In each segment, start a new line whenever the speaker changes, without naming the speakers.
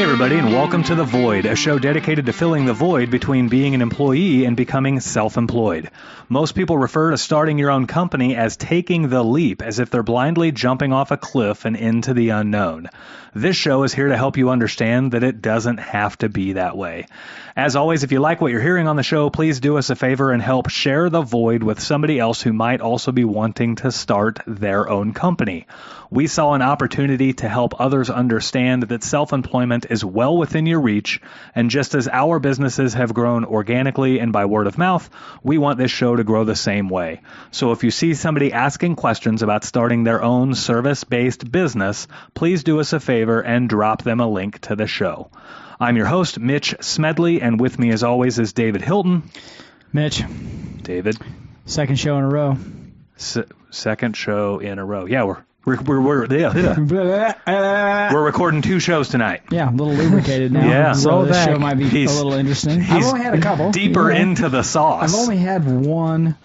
everybody, and welcome to The Void, a show dedicated to filling the void between being an employee and becoming self employed. Most people refer to starting your own company as taking the leap, as if they're blindly jumping off a cliff and into the unknown. This show is here to help you understand that it doesn't have to be that way. As always, if you like what you're hearing on the show, please do us a favor and help share The Void with somebody else who might also be wanting to start their own company. We saw an opportunity to help others understand that self employment is well within your reach, and just as our businesses have grown organically and by word of mouth, we want this show to grow the same way. So if you see somebody asking questions about starting their own service based business, please do us a favor and drop them a link to the show. I'm your host, Mitch Smedley, and with me as always is David Hilton.
Mitch,
David,
second show in a row.
se- second show in a row. Yeah, we're. We're, we're, we're, yeah, yeah.
yeah,
we're recording two shows tonight.
a little lubricated now.
Yeah.
so
Roll
this
back.
show might be
He's-
a little interesting. I've
he's
only had a couple.
Deeper
you know.
into the sauce.
I've only had one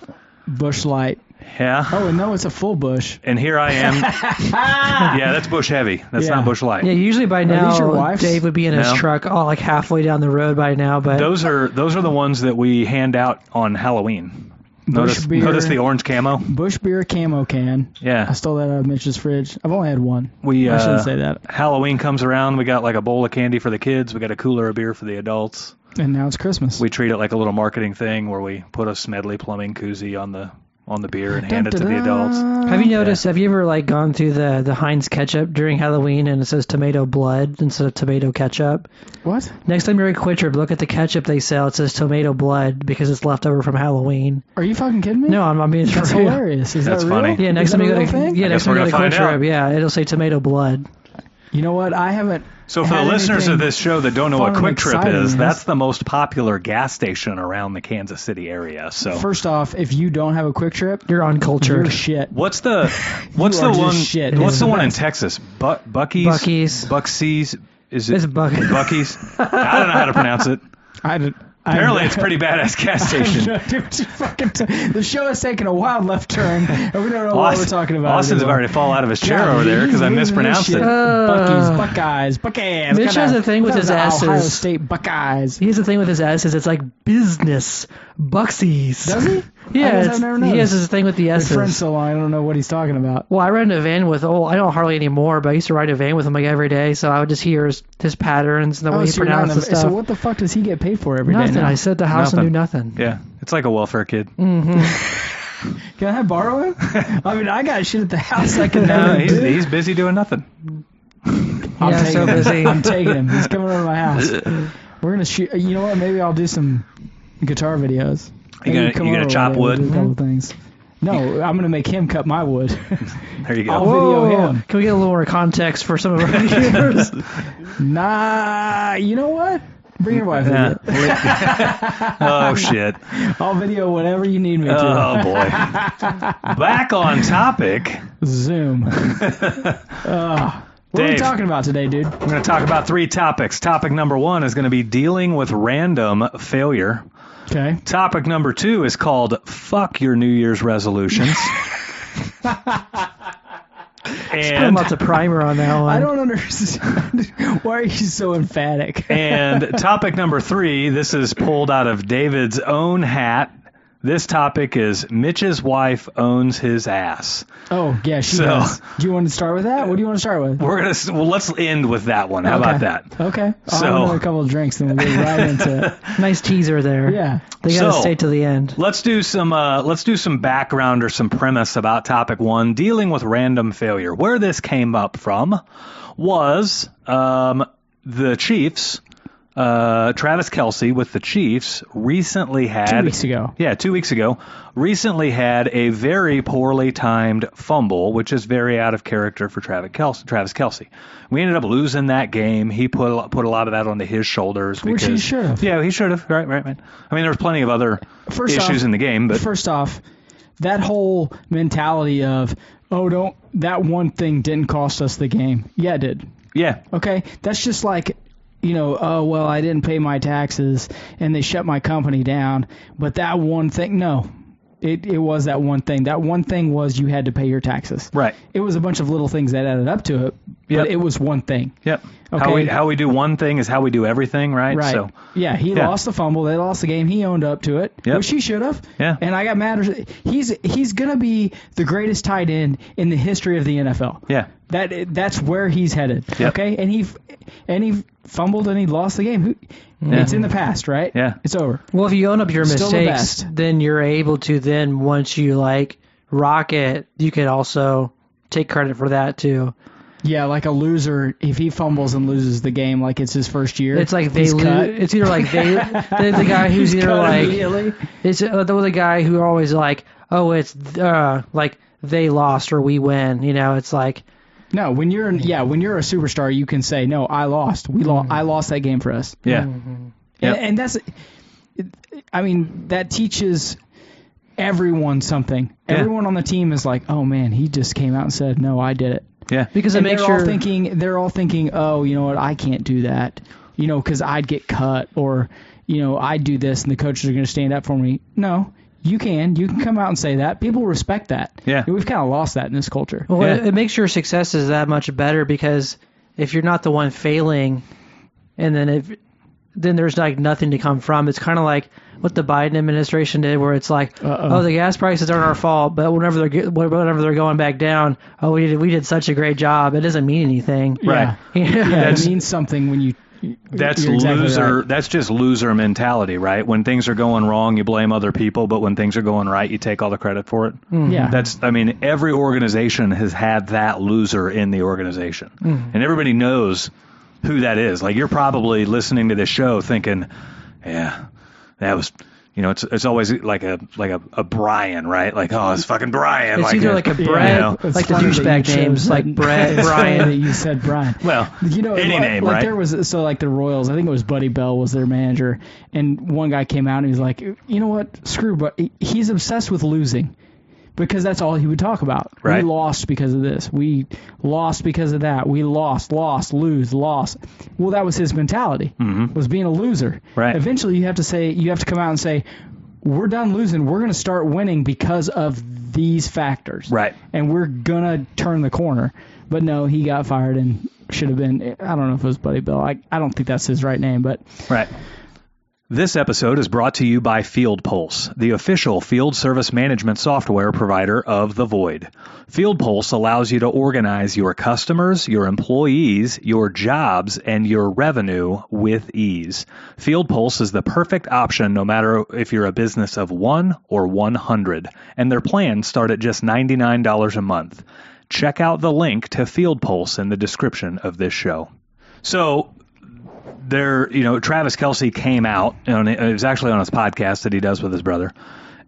bush light.
yeah.
Oh, and no, it's a full bush.
And here I am. yeah, that's bush heavy. That's
Yeah.
not bush light.
Yeah, usually by
these your
now
wives?
Dave would be in his
No.
truck, all like halfway down the road by now. But
Those are those are the ones that we hand out on Halloween. Notice,
beer.
notice the orange camo.
Bush beer camo can. I
Yeah,
stole that out of Mitch's fridge. I've only had one.
we. Uh,
I shouldn't say that.
Halloween comes around. We got like a bowl of candy for the kids. We got a cooler of beer for the adults.
And now it's Christmas.
We treat it like a little marketing thing where we put a Smedley Plumbing koozie on the on the beer and hand it to the adults.
have you noticed? Have you ever like gone through the the Heinz ketchup during Halloween and it says tomato blood instead of tomato ketchup?
What?
Next time you're at Quitcher, look at the ketchup they sell. It says tomato blood because it's left over from Halloween.
Are you fucking kidding me?
No, I'm, I'm being
That's
for real.
hilarious. Is
That's
that real?
funny.
Yeah, next
Is
time
that
you
a
go
real
to
thing?
yeah, next
we're
time you go to
gonna find out.
Quitcher, yeah, it'll say tomato blood.
You know what? I haven't.
So for
had
the listeners
anything-
of this show that don't know
fun
what
and
Quick Trip
exciting
is,
is-
that's the most popular gas station around the Kansas City area. So
First off, if you don't have a quick trip,
You're uncultured.
You're shit.
What's the what's
You
the
are just
one
shit.
what's
It's
the
the
one in
best.
Texas? Bu- Bucky's
Buc-ee's.
Bucky's is it
It's Buc-
Bucky's? I don't know how to pronounce it.
I did- I-
Apparently it's a pretty badass gas station.
Dude, what you fucking t- the show has taken a wild left turn, and we don't know what we're
Aust-
talking about.
Austin's
anymore.
about to fall out of his chair
God,
over there because I
he's
mispronounced
losing
it.
his
Uh,
Buckies, Buckeyes, Buckeyes.
Mitch
Kinda-
has a thing with
kinda
his
the Ohio
S's.
State Buckeyes.
Here's the thing with his S is it's like business bucksies.
Does he? I guess
Yeah,
I've
it's,
never
he has
noticed.
his thing with the
Been friends
S's.
so long, I don't know what he's talking about.
Well, I ride in a van with oh, I don't hardly anymore, but I used to ride in a van with him like every day, so I would just hear his, his patterns and the way
Oh,
he
so, you're not in
pronounced
a-
the stuff.
so what the fuck does he get paid for every day?
nothing.
now?
I sit at the house and do nothing. Mm-hmm.
Yeah, it's like a welfare kid.
Can I borrow him? I mean, I got shit at the house I can
No,
never
he's,
do.
he's busy doing nothing.
I'm
Yeah,
taking
so
him.
busy.
I'm taking him. He's coming over to my house. We're gonna shoot. You know what? Maybe I'll do some guitar videos.
You
Maybe
gonna-
come
you gonna
over
chop
there, we'll
wood? Mm-hmm.
do a couple things. No, I'm gonna make him cut my wood.
There you go.
I'll video him.
Can we get a little more context for some of our viewers?
nah, you know what? Bring your wife.
Yeah.
with you.
oh shit.
I'll video whatever you need me to.
Oh boy. Back on topic.
Zoom. Ugh. what are we
Dave.
talking about today, dude?
We're going to talk about three topics. Topic number one is going to be dealing with random failure.
Okay.
Topic number two is called "Fuck Your New Year's Resolutions."
I'm
and
about to primer on that one.
I don't understand. Why are you so emphatic?
and topic number three, this is pulled out of David's own hat. This topic is Mitch's wife owns his ass.
Oh, yeah, she
So-
does. Do you want to start with that? What do you want to start with?
We're gonna s- well, let's end with that one. How about that?
Okay. I'll
So-
have another couple of drinks, then we'll get right into it.
nice teaser there.
Yeah.
They gotta
So-
stay till the end.
Let's do some uh, let's do some background or some premise about topic one, dealing with random failure. Where this came up from was um, the Chiefs. Uh, Travis Kelsey with the Chiefs recently had
Two weeks ago.
yeah, two weeks ago, recently had a very poorly timed fumble, which is very out of character for Travis Kelsey. Travis Kelsey. We ended up losing that game. He put a, lot- put a lot of that onto his shoulders
Which
because
he should have.
Yeah, he should have. Right, right, right. I mean, there was plenty of other
First
issues
off-
in the game, but
First off, that whole mentality of, oh, don't, that one thing didn't cost us the game. Yeah, it did.
yeah,
Okay. That's just like, you know, oh, well, I didn't pay my taxes and they shut my company down, but that one thing, no. It, it was that one thing. That one thing was you had to pay your taxes.
Right.
It was a bunch of little things that added up to it, but
Yep.
it was one thing.
Yep. How
Okay.
we how we do one thing is how we do everything, right?
Right.
So
yeah, he
yeah.
lost the fumble. They lost the game. He owned up to it,
Yep.
which he should have.
Yeah.
And I got mad. He's he's gonna be the greatest tight end in the history of the NFL.
yeah.
That that's where he's headed.
Yep.
Okay. And he f- and he fumbled and he lost the game. Who- It's in the past, right?
Yeah.
It's over.
Well, if you own up your
Still the
mistakes,
best.
then you're able to then once you like rock it, you could also take credit for that too.
Yeah, like a loser if he fumbles and loses the game, like it's his first year.
It's like they
he's cut.
lose. It's either like they, they the guy who's
He's
either
cut
like
immediately.
it's uh, the, the guy who always like oh it's uh like they lost or we win. You know, it's like
No, when you're yeah, when you're a superstar, you can say no. I lost. We lost. I lost that game for us.
Yeah.
Mm-hmm.
Yep.
And, and that's, I mean, that teaches everyone something.
Yeah.
Everyone on the team is like, oh man, he just came out and said, no, I did it.
Yeah.
because it
and
makes
they're
your
all thinking they're all thinking, oh, you know what, I can't do that, you know, because I'd get cut or you know I'd do this and the coaches are going to stand up for me. No, you can. You can come out and say that. People respect that.
Yeah.
we've kind of lost that in this culture.
Well,
Yeah.
it, it makes your successes that much better because if you're not the one failing, and then if then there's like nothing to come from. It's kind of like what the Biden administration did, where it's like,
Uh-oh.
oh, the gas prices aren't our fault, but whenever they're get- whenever they're going back down, oh, we did we did such a great job. It doesn't mean anything.
Right.
Yeah,
That's-
it means something when you.
That's
you're exactly
loser.
right.
That's just loser mentality, right? When things are going wrong, you blame other people, but when things are going right, you take all the credit for it.
Yeah.
That's, I mean, every organization has had that loser in the organization.
Mm-hmm.
And everybody knows who that is. Like, you're probably listening to this show thinking, yeah, that was. You know, it's it's always like a like a, a Brian, right? Like, oh, it's fucking Brian.
It's either like a
Yeah.
Brett,
You know,
It's
like the
funny that
douchebag
you chose
names, like
that.
Brett,
It's funny that
Brian.
you said Brian.
well,
You know,
any
like,
name,
like
right?
there was so like the Royals. I think it was Buddy Bell was their manager, and one guy came out and he was like, you know what, screw, but he's obsessed with losing because that's all he would talk about.
Right.
We lost because of this. We lost because of that. We lost, lost, lose, lost. Well, that was his mentality. Was being a loser.
Mm-hmm. Right.
Eventually, you have to say you have to come out and say. We're done losing. We're going to start winning because of these factors
Right.
and we're gonna turn the corner. But no, he got fired and should have been. I don't know if it was Buddy Bill. I, I don't think that's his right name, but
Right. This episode is brought to you by Field Pulse, the official field service management software provider of The Void. Field Pulse allows you to organize your customers, your employees, your jobs, and your revenue with ease. Field Pulse is the perfect option no matter if you're a business of one or 100, and their plans start at just $99 a month. Check out the link to Field Pulse in the description of this show. So, there, you know, Travis Kelsey came out, and it was actually on his podcast that he does with his brother,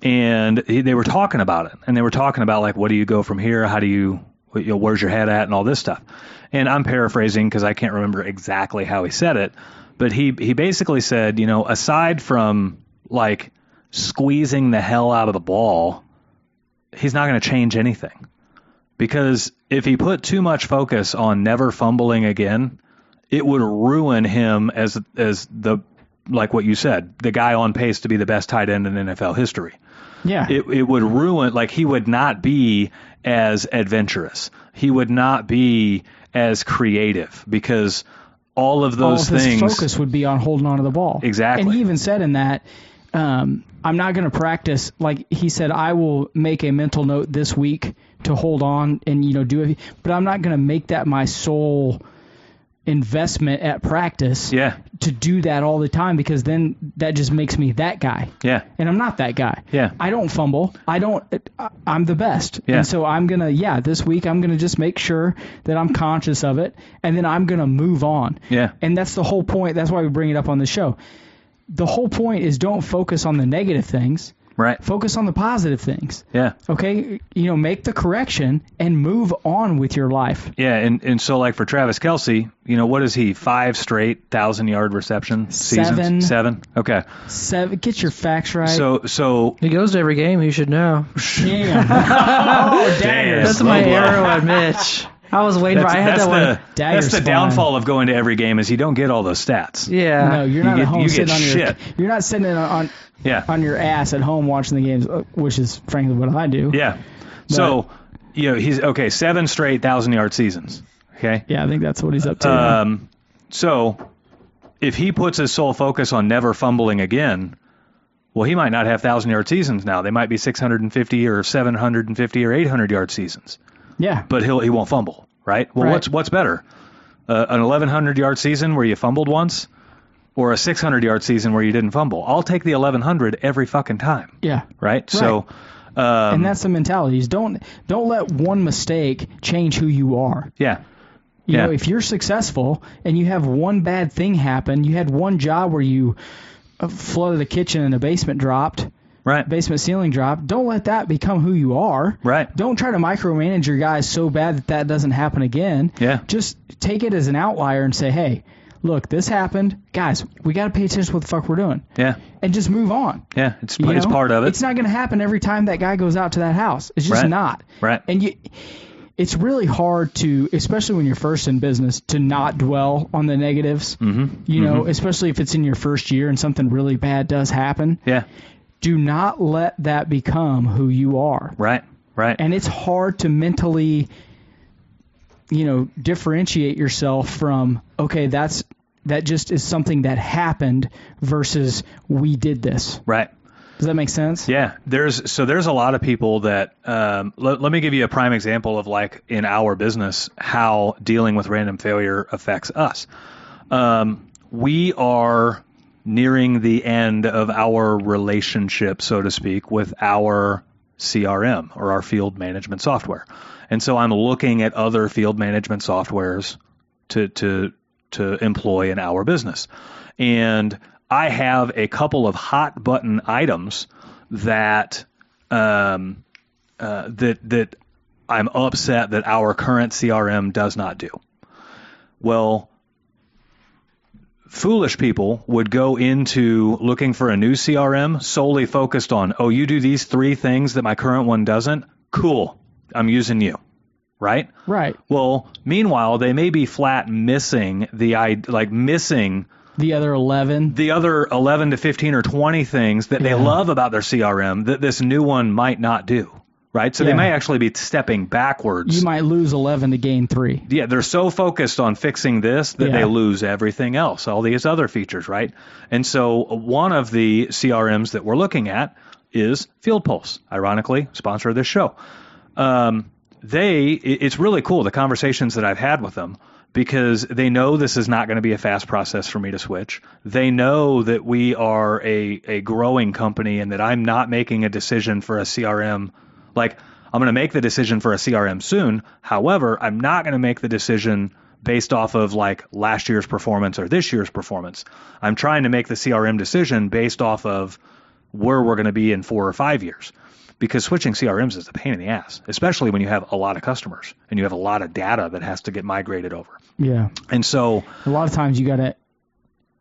and he, they were talking about it, and they were talking about like, what do you go from here? How do you, you know, where's your head at, and all this stuff. And I'm paraphrasing because I can't remember exactly how he said it, but he he basically said, you know, aside from like squeezing the hell out of the ball, he's not going to change anything because if he put too much focus on never fumbling again it would ruin him as as the like what you said, the guy on pace to be the best tight end in NFL history.
yeah,
It it would ruin like he would not be as adventurous. He would not be as creative because all of
all
those
of his
things
focus would be on holding on to the ball.
Exactly.
And he even said in that, um, I'm not going to practice. Like he said, I will make a mental note this week to hold on and you know do it, but I'm not going to make that my sole investment at practice.
Yeah.
To do that all the time because then that just makes me that guy.
Yeah.
and I'm not that guy.
Yeah.
I don't fumble. I don't. I- I'm the best.
Yeah.
And so I'm gonna. Yeah. This week I'm gonna just make sure that I'm conscious of it, and then I'm gonna move on.
Yeah.
And that's the whole point. That's why we bring it up on the show. The whole point is don't focus on the negative things.
Right.
Focus on the positive things.
Yeah.
Okay. You know, make the correction and move on with your life.
Yeah, and, and so like for Travis Kelsey, you know, what is he? Five straight thousand yard reception seasons?
Seven.
Seven. Okay.
Seven. Get your facts right.
So so
He goes to every game. You should know.
Damn. oh,
Damn.
daggers.
That's
Slow
my
blow.
arrow at Mitch. I was waiting. For,
That's,
I had
that's
that
the
one.
Dagger
that's the
spine.
downfall of going to every game is you don't get all those stats.
Yeah.
no, you're
you
not
get-
at home
you get
sitting on your.
shit.
You're not sitting on, on
Yeah.
on your ass at home watching the games, uh, which is frankly what I do.
Yeah. So, you know, he's okay, seven straight 1,000 yard seasons. Okay.
Yeah, I think that's what he's up to. now.
Um, so, if he puts his sole focus on never fumbling again, well, he might not have 1,000 yard seasons now. They might be 650 or 750 or 800 yard seasons,
yeah,
but he'll, he won't fumble, right? Well,
Right.
what's, what's better? Uh, an 1,100 yard season where you fumbled once or a 600 yard season where you didn't fumble? I'll take the 1,100 every fucking time,
yeah,
right? So, um,
and that's the mentalities. Don't don't let one mistake change who you are.
yeah.
You
Yeah.
know, if you're successful and you have one bad thing happen, you had one job where you uh, flooded a kitchen and a basement dropped,
Right.
basement ceiling dropped. Don't let that become who you are.
Right.
Don't try to micromanage your guys so bad that that doesn't happen again.
Yeah.
Just take it as an outlier and say, hey, look, this happened, guys. We got to pay attention to what the fuck we're doing,
Yeah.
and just move on.
Yeah. It's,
You
it's
know?
part of it.
It's not going to happen every time that guy goes out to that house. It's just
Right.
not.
Right.
And you, it's really hard to, especially when you're first in business, to not dwell on the negatives. Mm-hmm. You know, especially if it's in your first year and something really bad does happen.
yeah.
Do not let that become who you are.
Right. Right.
And it's hard to mentally, you know, differentiate yourself from okay, that's that just is something that happened versus we did this.
right.
Does that make sense?
Yeah. There's so there's a lot of people that um, let, let me give you a prime example of like in our business how dealing with random failure affects us. Um, we are nearing the end of our relationship, so to speak, with our CRM or our field management software. And so I'm looking at other field management softwares to to to employ in our business. And I have a couple of hot button items that um, uh, that that I'm upset that our current CRM does not do. Well, foolish people would go into looking for a new CRM solely focused on, oh, you do these three things that my current one doesn't. Cool, I'm using you, right?
Right.
Well, meanwhile, they may be flat missing the i- like missing
The other 11.
the other 11 to 15 or 20 things that they
Yeah.
love about their CRM that this new one might not do, right? So they
Yeah.
may actually be stepping backwards.
You might lose 11 to gain three.
yeah, they're so focused on fixing this that
Yeah.
they lose everything else, all these other features, right? And so one of the CRMs that we're looking at is Field Pulse, ironically, sponsor of this show. Um, they, it- it's really cool the conversations that I've had with them because they know this is not going to be a fast process for me to switch. They know that we are a, a growing company and that I'm not making a decision for a CRM. Like, I'm going to make the decision for a CRM soon. However, I'm not going to make the decision based off of like last year's performance or this year's performance. I'm trying to make the CRM decision based off of where we're going to be in four or five years because switching CRMs is a pain in the ass, especially when you have a lot of customers and you have a lot of data that has to get migrated over.
Yeah.
And so
A lot of times you got to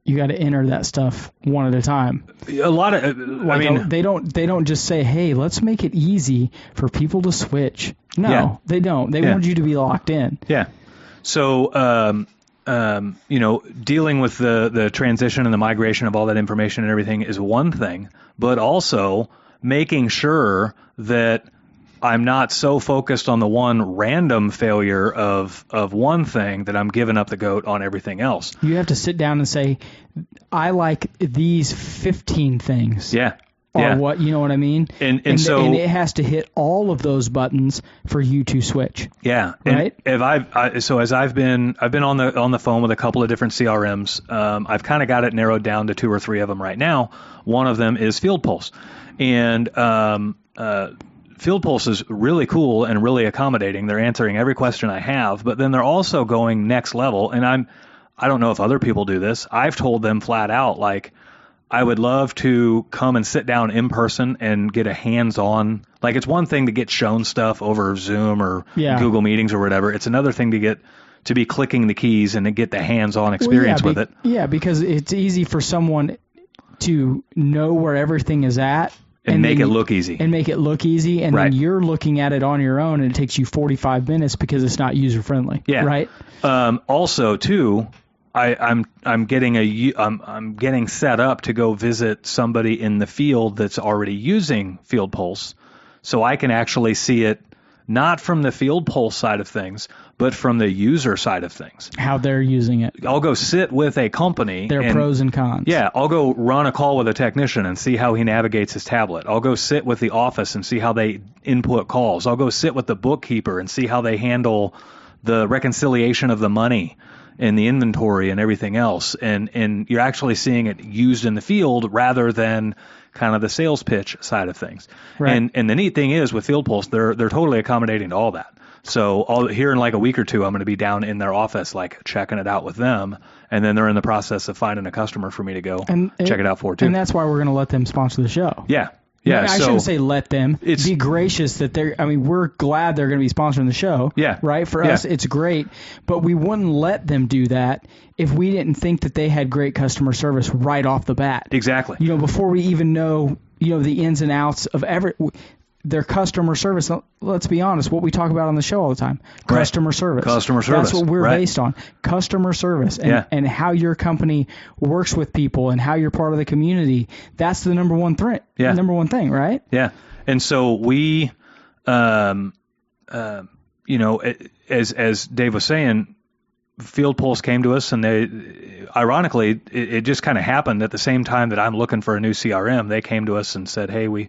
you got to enter that stuff one at a time.
a lot of, uh, I
Like,
mean,
they don't they don't just say, "Hey, let's make it easy for people to switch." No,
Yeah.
they don't. They
Yeah.
want you to be locked in.
yeah. So, um, um, you know, dealing with the, the transition and the migration of all that information and everything is one thing, but also making sure that I'm not so focused on the one random failure of of one thing that I'm giving up the goat on everything else.
You have to sit down and say, "I like these 15 things."
Yeah.
Or
yeah.
what, you know what I mean?
And- and so-
and it has to hit all of those buttons for you to switch.
Yeah, and
Right?
If I've I, so as I've been I've been on the on the phone with a couple of different CRMs. Um, I've kind of got it narrowed down to two or three of them right now. One of them is Field Pulse, and um, uh, Field Pulse is really cool and really accommodating. They're answering every question I have, but then they're also going next level. And I'm I don't know if other people do this. I've told them flat out like. I would love to come and sit down in person and get a hands-on. Like it's one thing to get shown stuff over Zoom or
Yeah.
Google Meetings or whatever. It's another thing to get to be clicking the keys and to get the hands-on
Well,
experience
yeah,
with
be-
it.
Yeah, because it's easy for someone to know where everything is at
and,
And
make it
then-
look easy.
and make it look easy, and
Right.
then you're looking at it on your own, and it takes you 45 minutes because it's not user friendly.
Yeah.
Right.
Um, also, too, I, I'm I'm getting a u- I'm I'm getting set up to go visit somebody in the field that's already using Field Pulse, so I can actually see it not from the Field Pulse side of things, but from the user side of things.
How they're using it,
I'll go sit with a company.
their
and-
pros and cons.
Yeah, I'll go run a call with a technician and see how he navigates his tablet. I'll go sit with the office and see how they input calls. I'll go sit with the bookkeeper and see how they handle the reconciliation of the money and the inventory and everything else. And and you're actually seeing it used in the field rather than kind of the sales pitch side of things.
Right.
And and the neat thing is with Field Pulse, they're they're totally accommodating to all that. So all, here in like a week or two, I'm going to be down in their office, like checking it out with them, and then they're in the process of finding a customer for me to go
And
check it out for too.
And that's why we're going to let them sponsor the show.
yeah, yeah.
I, mean, I
so
shouldn't say let them.
It's-
be gracious that they're. I mean, we're glad they're going to be sponsoring the show.
Yeah.
Right. For
Yeah.
us, it's great, but we wouldn't let them do that if we didn't think that they had great customer service right off the bat.
exactly.
You know, before we even know, you know, the ins and outs of every their customer service. Let's be honest, what we talk about on the show all the time: customer service.
Customer service,
That's what we're
right.
based on: customer service, and,
Yeah.
and how your company works with people, and how you're part of the community. That's the number one threat.
Yeah. Uh,
Number one thing, right?
Yeah, and so we, um, uh, you know, a- as as Dave was saying, Field Pulse came to us, and they, ironically, it, it just kind of happened at the same time that I'm looking for a new CRM. They came to us and said, "Hey, we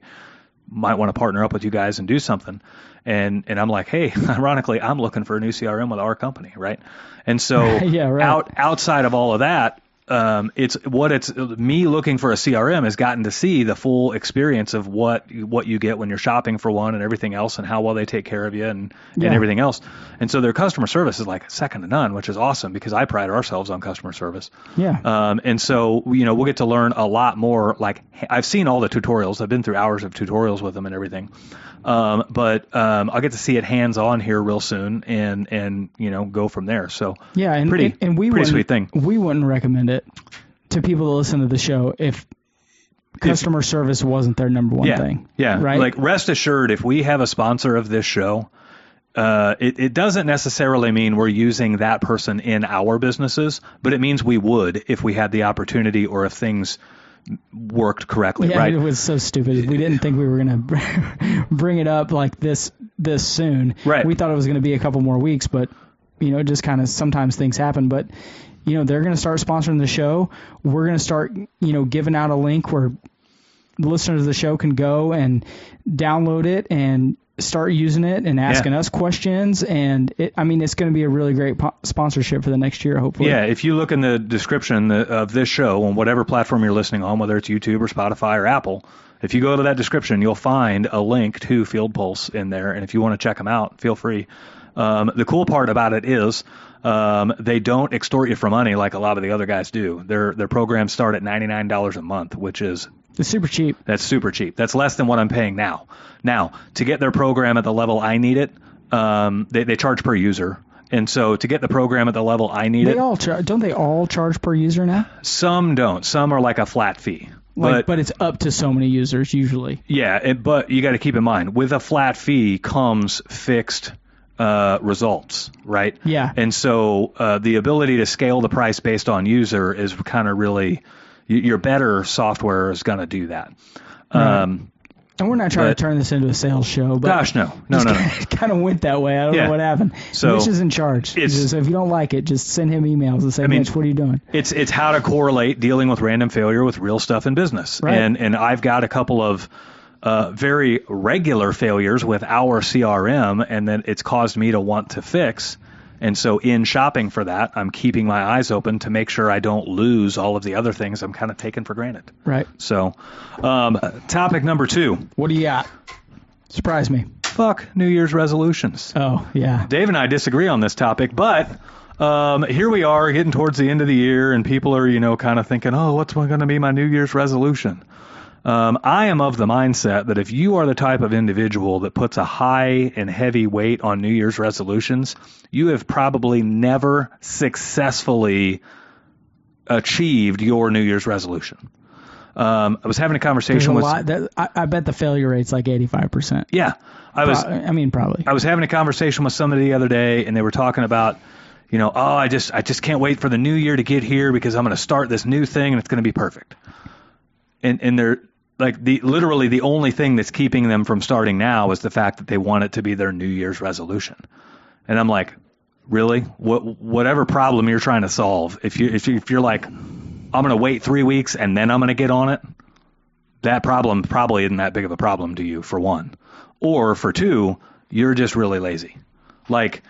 might want to partner up with you guys and do something." And and I'm like, "Hey, ironically, I'm looking for a new CRM with our company, right?" And so
Yeah, right.
out outside of all of that, um, it's what it's me looking for a CRM has gotten to see the full experience of what what you get when you're shopping for one and everything else and how well they take care of you and
Yeah.
and everything else. And so their customer service is like second to none, which is awesome because I pride ourselves on customer service.
Yeah.
Um, and so you know we'll get to learn a lot more. Like I've seen all the tutorials. I've been through hours of tutorials with them and everything. Um, but um, I'll get to see it hands on here real soon and and you know go from there. So
Yeah, and
pretty
and, and we
pretty
wouldn't-
sweet thing.
We wouldn't recommend it to people that listen to the show if customer service wasn't their number one
yeah,
thing.
Yeah.
right.
Like rest assured, if we have a sponsor of this show, uh, it, it doesn't necessarily mean we're using that person in our businesses, but it means we would if we had the opportunity or if things worked correctly,
yeah,
right?
it was so stupid. We didn't think we were gonna br- bring it up like this this soon.
Right.
We thought it was gonna be a couple more weeks, but you know, just kind of sometimes things happen. But you know, they're gonna start sponsoring the show. We're gonna start, you know, giving out a link where listeners of the show can go and download it and start using it and asking us questions. And it, I mean, it's gonna be a really great po- sponsorship for the next year, hopefully.
Yeah, if you look in the description the- of this show on whatever platform you're listening on, whether it's YouTube or Spotify or Apple, if you go to that description, you'll find a link to Field Pulse in there. And if you want to check them out, feel free. Um, the cool part about it is um, they don't extort you for money like a lot of the other guys do. Their their programs start at ninety nine dollars a month, which is
It's super cheap.
that's super cheap. That's less than what I'm paying now. Now, to get their program at the level I need it, um, they, they charge per user. And so to get the program at the level I need
They
it,
all char- don't they all charge per user now?
some don't. Some are like a flat fee.
Like, but,
but,
it's up to so many users usually.
yeah, it, but you got to keep in mind with a flat fee comes fixed uh, results, right?
Yeah.
And so uh, the ability to scale the price based on user is kind of really y- your better software is going to do that. Um,
And we're not trying
But-
to turn this into a sales show, but
Gosh, no, no, no, no.
it kind of went that way. I don't
Yeah.
know what happened.
So,
Mitch is in charge.
it's-
so if you don't like it, just send him emails and say,
mean-
Mitch, what are you doing?
it's it's how to correlate dealing with random failure with real stuff in business.
Right.
And and I've got a couple of uh, very regular failures with our CRM, and then it's caused me to want to fix. And so, in shopping for that, I'm keeping my eyes open to make sure I don't lose all of the other things I'm kind of taking for granted.
Right.
So, um, topic number two:
What do you got? Surprise me.
fuck New Year's resolutions.
Oh yeah.
Dave and I disagree on this topic, but um, here we are getting towards the end of the year, and people are, you know, kind of thinking, oh, what's going to be my New Year's resolution? Um, I am of the mindset that if you are the type of individual that puts a high and heavy weight on New Year's resolutions, you have probably never successfully achieved your New Year's resolution. Um, I was having a
There's a
conversation with
lot that I, I bet the failure rate's like 85%.
yeah, I was
Pro- I mean probably.
I was having a conversation with somebody the other day, and they were talking about, you know, oh, I just I just can't wait for the new year to get here because I'm going to start this new thing and it's going to be perfect. And and they're like the literally the only thing that's keeping them from starting now is the fact that they want it to be their New Year's resolution. And I'm like, really? What whatever problem you're trying to solve, if you if you, if you're like, I'm going to wait three weeks and then I'm going to get on it. That problem probably isn't that big of a problem to you, for one or for two, you're just really lazy. Like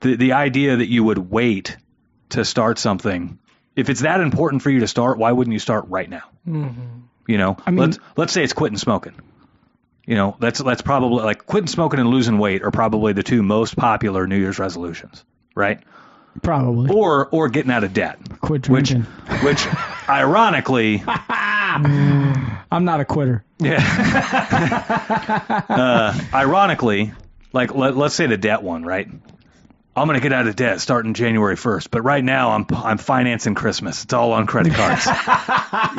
the the idea that you would wait to start something, if it's that important for you to start, why wouldn't you start right now? Mm-hmm. You know,
mean-
let's let's say it's quitting smoking. You know, that's that's probably like quitting smoking and losing weight are probably the two most popular New Year's resolutions, right?
probably.
Or or getting out of debt,
Quit
which
drinking.
which ironically
I'm not a quitter.
Yeah. uh, ironically, like let, let's say the debt one, right? I'm gonna get out of debt starting January 1st, but right now I'm I'm financing Christmas. It's all on credit cards. you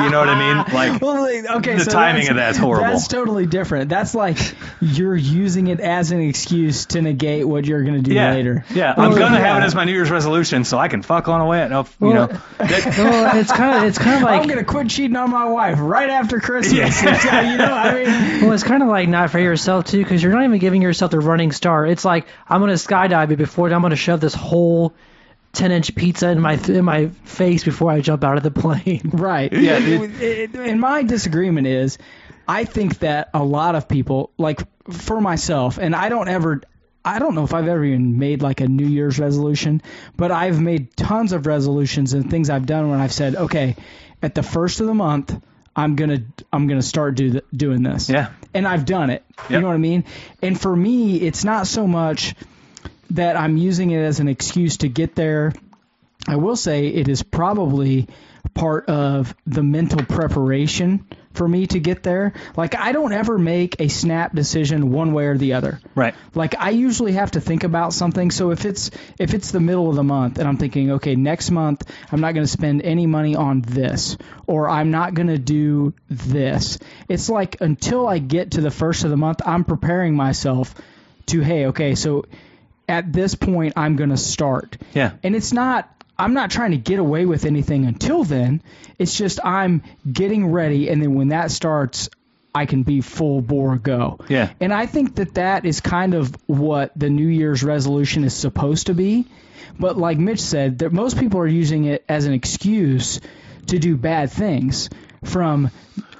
know what I mean? Like
Well, like, okay.
The
so
timing
that's-
of that's horrible.
That's totally different. That's like you're using it as an excuse to negate what you're going to do
yeah,
later.
yeah. I'm
Well,
gonna have it
yeah.
as my New Year's resolution, so I can fuck on away. At, no, you
Well,
know, that-
well, it's kind of it's kind of
I'm
like
going to quit cheating on my wife right after Christmas.
Yeah.
So, you know, I mean,
well, it's kind of like not for yourself too, because you're not even giving yourself the running start. It's like I'm gonna skydive, but before that, I'm gonna shove this whole 10 inch pizza in my th- in my face before I jump out of the plane.
right.
Yeah,
It- it- and my disagreement is, I think that a lot of people, like for myself, and I don't ever. I don't know if I've ever even made like a New Year's resolution, but I've made tons of resolutions and things I've done when I've said, okay, at the first of the month, I'm gonna I'm gonna start do th- doing this.
Yeah.
and I've done it. You
Yep.
know what I mean? And for me, it's not so much that I'm using it as an excuse to get there. I will say it is probably part of the mental preparation for me to get there. Like I don't ever make a snap decision one way or the other.
right.
Like I usually have to think about something. So if it's if it's the middle of the month and I'm thinking, okay, next month I'm not going to spend any money on this or I'm not going to do this. It's like until I get to the first of the month, I'm preparing myself to hey, okay, so at this point I'm going to start.
Yeah.
And it's not I'm not trying to get away with anything until then. It's just I'm getting ready and then when that starts I can be full bore go.
Yeah.
And I think that that is kind of what the New Year's resolution is supposed to be. But like Mitch said, that most people are using it as an excuse to do bad things from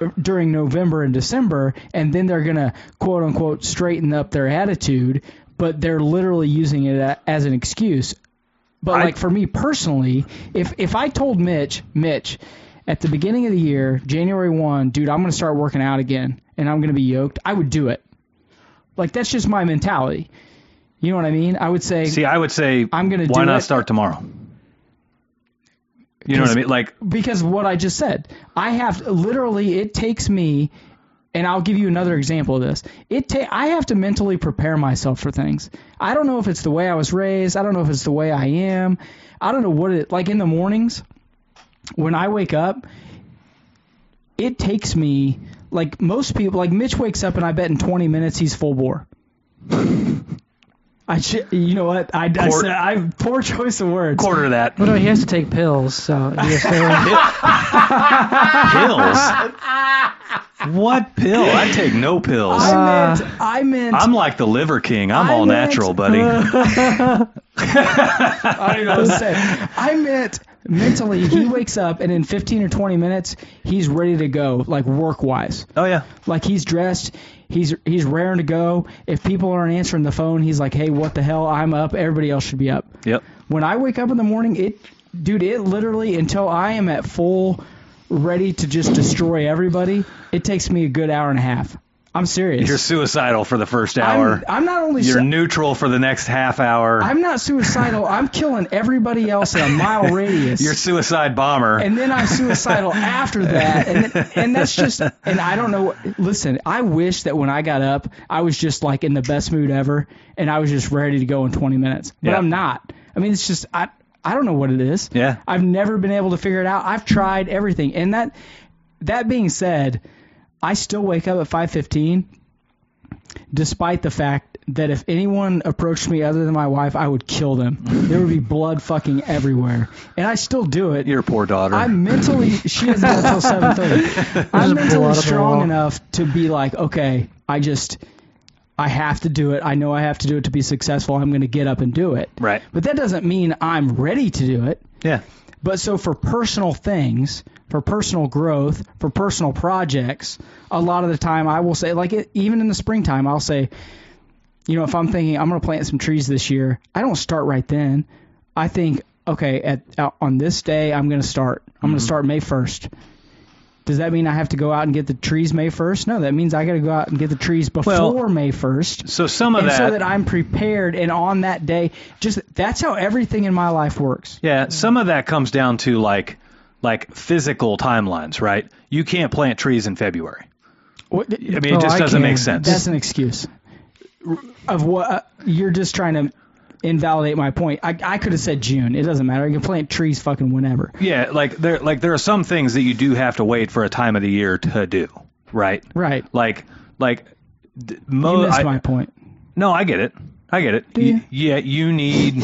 uh, during November and December, and then they're gonna quote unquote straighten up their attitude. But they're literally using it a- as an excuse. But
I-
like for me personally, if if I told Mitch, Mitch, at the beginning of the year, January one, dude, I'm gonna start working out again and I'm gonna be yoked, I would do it. Like that's just my mentality. You know what I mean? I would say
See, I would say,
I'm gonna
why
do
not
it.
start tomorrow? You know what I mean? Like,
because of what I just said. I have literally it takes me and I'll give you another example of this. It ta- I have to mentally prepare myself for things. I don't know if it's the way I was raised, I don't know if it's the way I am. I don't know what it like in the mornings when I wake up, it takes me like most people like Mitch wakes up and I bet in 20 minutes he's full bore. I sh- you know what I, I,
Quar-
said, I poor choice of words.
quarter of that.
Well, no, uh, he has to take pills, so he has to-
pills? what pill? I take no pills.
I meant I meant
I'm like the liver king. I'm
I uh,
all
meant-
natural, buddy.
I don't know what to say. I meant mentally, he wakes up and in 15 or 20 minutes, he's ready to go, like work wise.
oh yeah.
Like he's dressed, he's he's raring to go. If people aren't answering the phone, he's like, "Hey, what the hell? I'm up. Everybody else should be up."
Yep.
When I wake up in the morning, it, dude, it literally until I am at full, ready to just destroy everybody. It takes me a good hour and a half. I'm serious.
You're suicidal for the first hour.
I'm, I'm not only
You're
so-
neutral for the next half hour.
I'm not suicidal. I'm killing everybody else in a mile radius.
You're suicide bomber.
and then I'm suicidal after that, and and that's just and I don't know. Listen, I wish that when I got up, I was just like in the best mood ever, and I was just ready to go in 20 minutes. But
Yeah.
I'm not. I mean, it's just I I don't know what it is.
Yeah.
I've never been able to figure it out. I've tried everything, and that that being said, I still wake up at 5:15 despite the fact that if anyone approached me other than my wife, I would kill them. there would be blood fucking everywhere. And I still do it.
Your poor daughter.
I'm mentally she doesn't get until seven thirty.
There's a
I'm
blood
mentally
up the wall.
strong enough to be like, okay, I just I have to do it. I know I have to do it to be successful. I'm going to get up and do it.
Right.
But that doesn't mean I'm ready to do it.
yeah.
But so for personal things, for personal growth, for personal projects, a lot of the time I will say, like it, even in the springtime, I'll say, you know, if I'm thinking I'm going to plant some trees this year, I don't start right then. I think, okay, at, uh, on this day I'm going to start. I'm
Mm-hmm.
going to start May 1st. Does that mean I have to go out and get the trees May 1st? No, that means I got to go out and get the trees before
Well,
May 1st
So some of
and
that,
so that I'm prepared and on that day. Just that's how everything in my life works.
yeah, some of that comes down to like, like physical timelines, right? You can't plant trees in February.
What,
I mean, it
Oh,
just
I
doesn't
can.
make sense.
That's an excuse of what uh, you're just trying to invalidate my point. I, I could have said June. It doesn't matter. You can plant trees fucking whenever.
yeah, like there, like there are some things that you do have to wait for a time of the year to do, right?
Right.
Like, like, d-
You
mo-
missed
I-
my point.
No, I get it. I get it.
you?
Y- yeah, you need.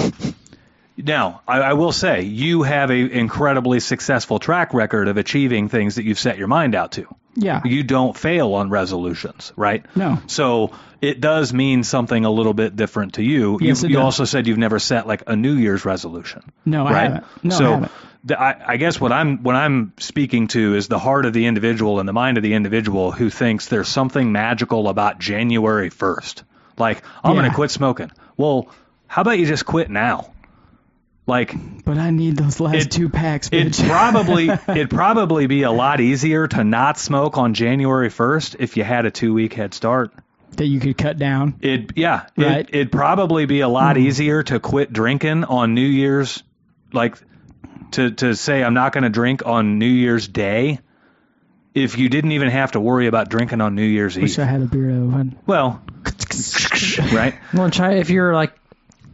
Now, I, I will say you have a incredibly successful track record of achieving things that you've set your mind out to.
Yeah.
You don't fail on resolutions, right?
No.
So it does mean something a little bit different to you.
Yes,
you
it
you
does.
also said you've never set like a New Year's resolution.
No, I
right?
haven't. No,
so
I haven't.
The, I, I guess what I'm what I'm speaking to is the heart of the individual and the mind of the individual who thinks there's something magical about January 1st. Like I'm
Yeah.
gonna quit smoking. Well, how about you just quit now? Like
But I need those last
It-
two packs,
it
bitch.
probably it'd probably be a lot easier to not smoke on January 1st if you had a two week head start.
that you could cut down.
It yeah,
Right. Hmm.
it, it'd probably be a lot easier to quit drinking on New Year's, like to to say I'm not going to drink on New Year's Day, if you didn't even have to worry about drinking on New Year's
Wish
Eve.
I had a beer
Uh,
oven.
well, right?
Well, in China, if you're like,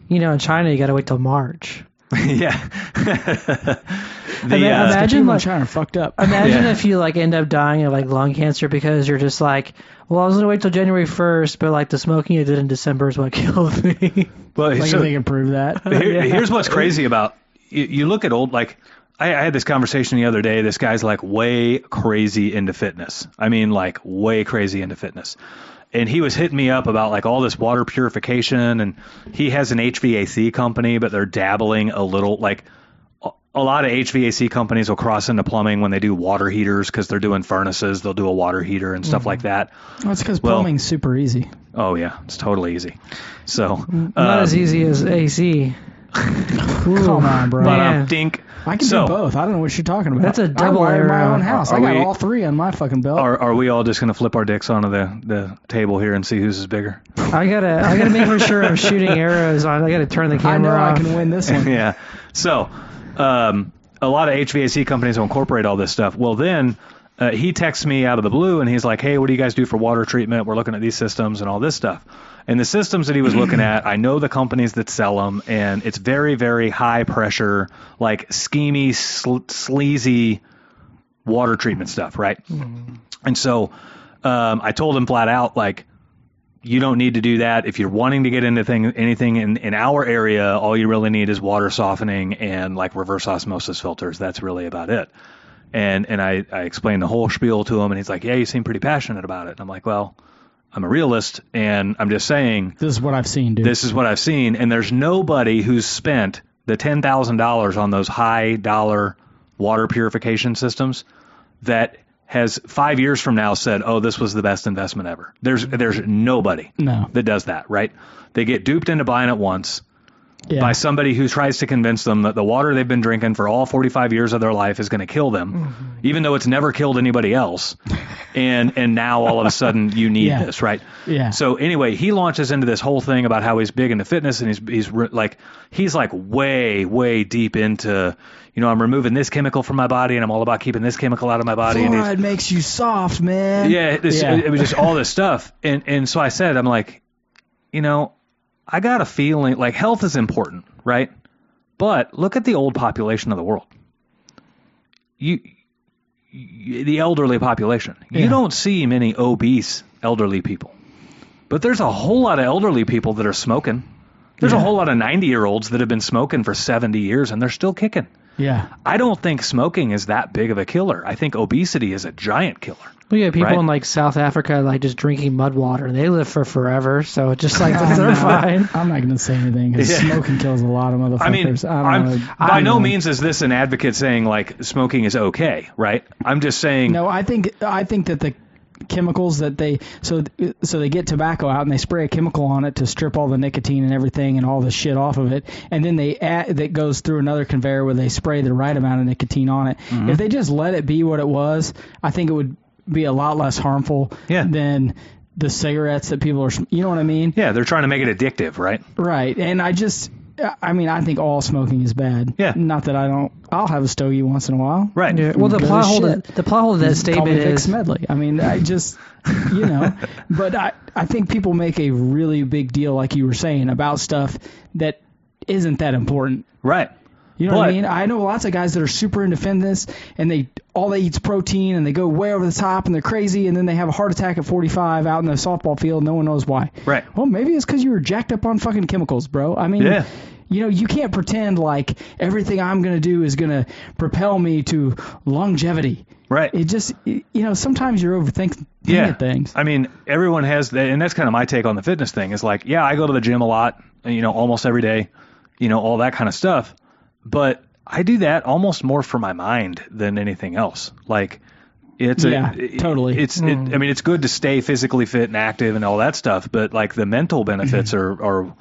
you know, in China, you got to wait till March.
yeah.
mean,
the, uh,
imagine-
People in
like-
China are fucked up.
Imagine
Yeah.
if you like end up dying of like lung cancer because you're just like, well, I was gonna wait till January 1st, but like the smoking I did in December is what killed me.
well,
like
so-
if they can prove that.
But here, here's what's crazy about you, you look at old like I, I had this conversation the other day. This guy's like way crazy into fitness. I mean, like way crazy into fitness. And he was hitting me up about like all this water purification, and he has an HVAC company, but they're dabbling a little like a lot of HVAC companies will cross into plumbing when they do water heaters because they're doing furnaces. They'll do a water heater and stuff like that.
That's because
Well-
plumbing's super easy.
Oh yeah, it's totally easy. So
Not
um,
as e- easy as AC.
Come on, bro.
but,
Yeah.
um, dink.
I can
so-
do both. I don't know what you're talking about.
That's a
I
double
wired my
arrow.
own house.
Are
I got
we-
all three on my fucking belt.
Are, are we all just going to flip our dicks onto the, the table here and see whose is bigger?
I gotta, I gotta make sure I'm shooting arrows on. I gotta turn the
I know
camera off.
I can win this one.
yeah. So, um, a lot of HVAC companies will incorporate all this stuff. Well, then uh, he texts me out of the blue and he's like, "Hey, what do you guys do for water treatment? We're looking at these systems and all this stuff." And the systems that he was looking at, I know the companies that sell them, and it's very, very high pressure, like schemy, sl- sleazy water treatment stuff, right? And so um, I told him flat out, like, you don't need to do that. If you're wanting to get into thing, anything in, in our area, all you really need is water softening and like reverse osmosis filters. That's really about it. And and I, I explained the whole spiel to him, and he's like, yeah, you seem pretty passionate about it. And I'm like, well, I'm a realist, and I'm just saying
This is what I've seen, dude.
this is what I've seen. And there's nobody who's spent the ten thousand dollars on those high dollar water purification systems that has five years from now said, "Oh, this was the best investment ever." There's there's nobody
no.
that does that, right? They get duped into buying it once
Yeah.
by somebody who tries to convince them that the water they've been drinking for all 45 years of their life is going to kill them,
Mm-hmm.
even though it's never killed anybody else. and and now all of a sudden you need
Yeah.
this, right?
Yeah.
So anyway, he launches into this whole thing about how he's big into fitness and he's he's re- like he's like way way deep into you know I'm removing this chemical from my body and I'm all about keeping this chemical out of my body and he's-
Fluoride makes you soft, man.
yeah, this,
Yeah.
It, it was just all this stuff, and and so I said, I'm like, you know, I got a feeling like health is important, right? But look at the old population of the world. You y- the elderly population. You
Yeah.
don't see many obese elderly people, but there's a whole lot of elderly people that are smoking. There's a
Yeah.
whole lot of 90 year olds that have been smoking for 70 years and they're still kicking.
Yeah.
I don't think smoking is that big of a killer. I think obesity is a giant killer.
We got people
Right.
in like South Africa like just drinking mud water, and they live for forever. So just like they're fine.
I'm not going to say anything because
Yeah.
smoking kills a lot of motherfuckers.
I mean,
I
I'm-
don't know.
by no
means.
means is this an advocate saying like smoking is okay, right? I'm just saying
No, I think I think that the chemicals that they so so they get tobacco out and they spray a chemical on it to strip all the nicotine and everything and all the shit off of it and then they add that goes through another conveyor where they spray the right amount of nicotine on it
Mm-hmm.
if they just let it be what it was i think it would be a lot less harmful
Yeah.
than the cigarettes that people are sm- you know what i mean
yeah, they're trying to make it addictive, right?
right and i just i mean i think all smoking is bad
Yeah.
not that i don't i'll have a stogie once in a while
Right.
Yeah, Well, the
Go to
plot hole
shit.
that, the plot hole of that
Call me
statement
Vic
is
Smedley. I mean, I just, you know, but I, I think people make a really big deal, like you were saying, about stuff that isn't that important.
Right.
You know what I
But-
mean? I know lots of guys that are super into fitness, and they all they eat's protein, and they go way over the top, and they're crazy, and then they have a heart attack at 45 out in the softball field. No one knows why.
Right.
Well, maybe it's because you were jacked up on fucking chemicals, bro. I mean,
Yeah.
you know, you can't pretend like everything I'm gonna do is gonna propel me to longevity
Right.
it just you know sometimes you're overthinking
yeah.
things
I mean, everyone has that, and that's kind of my take on the fitness thing. Is like, yeah, I go to the gym a lot, you know, almost every day, you know, all that kind of stuff. But I do that almost more for my mind than anything else. Like, it's
Yeah,
a, it-
totally.
It's, it, I mean, it's good to stay physically fit and active and all that stuff, but like the mental
Mm-hmm.
benefits are, are,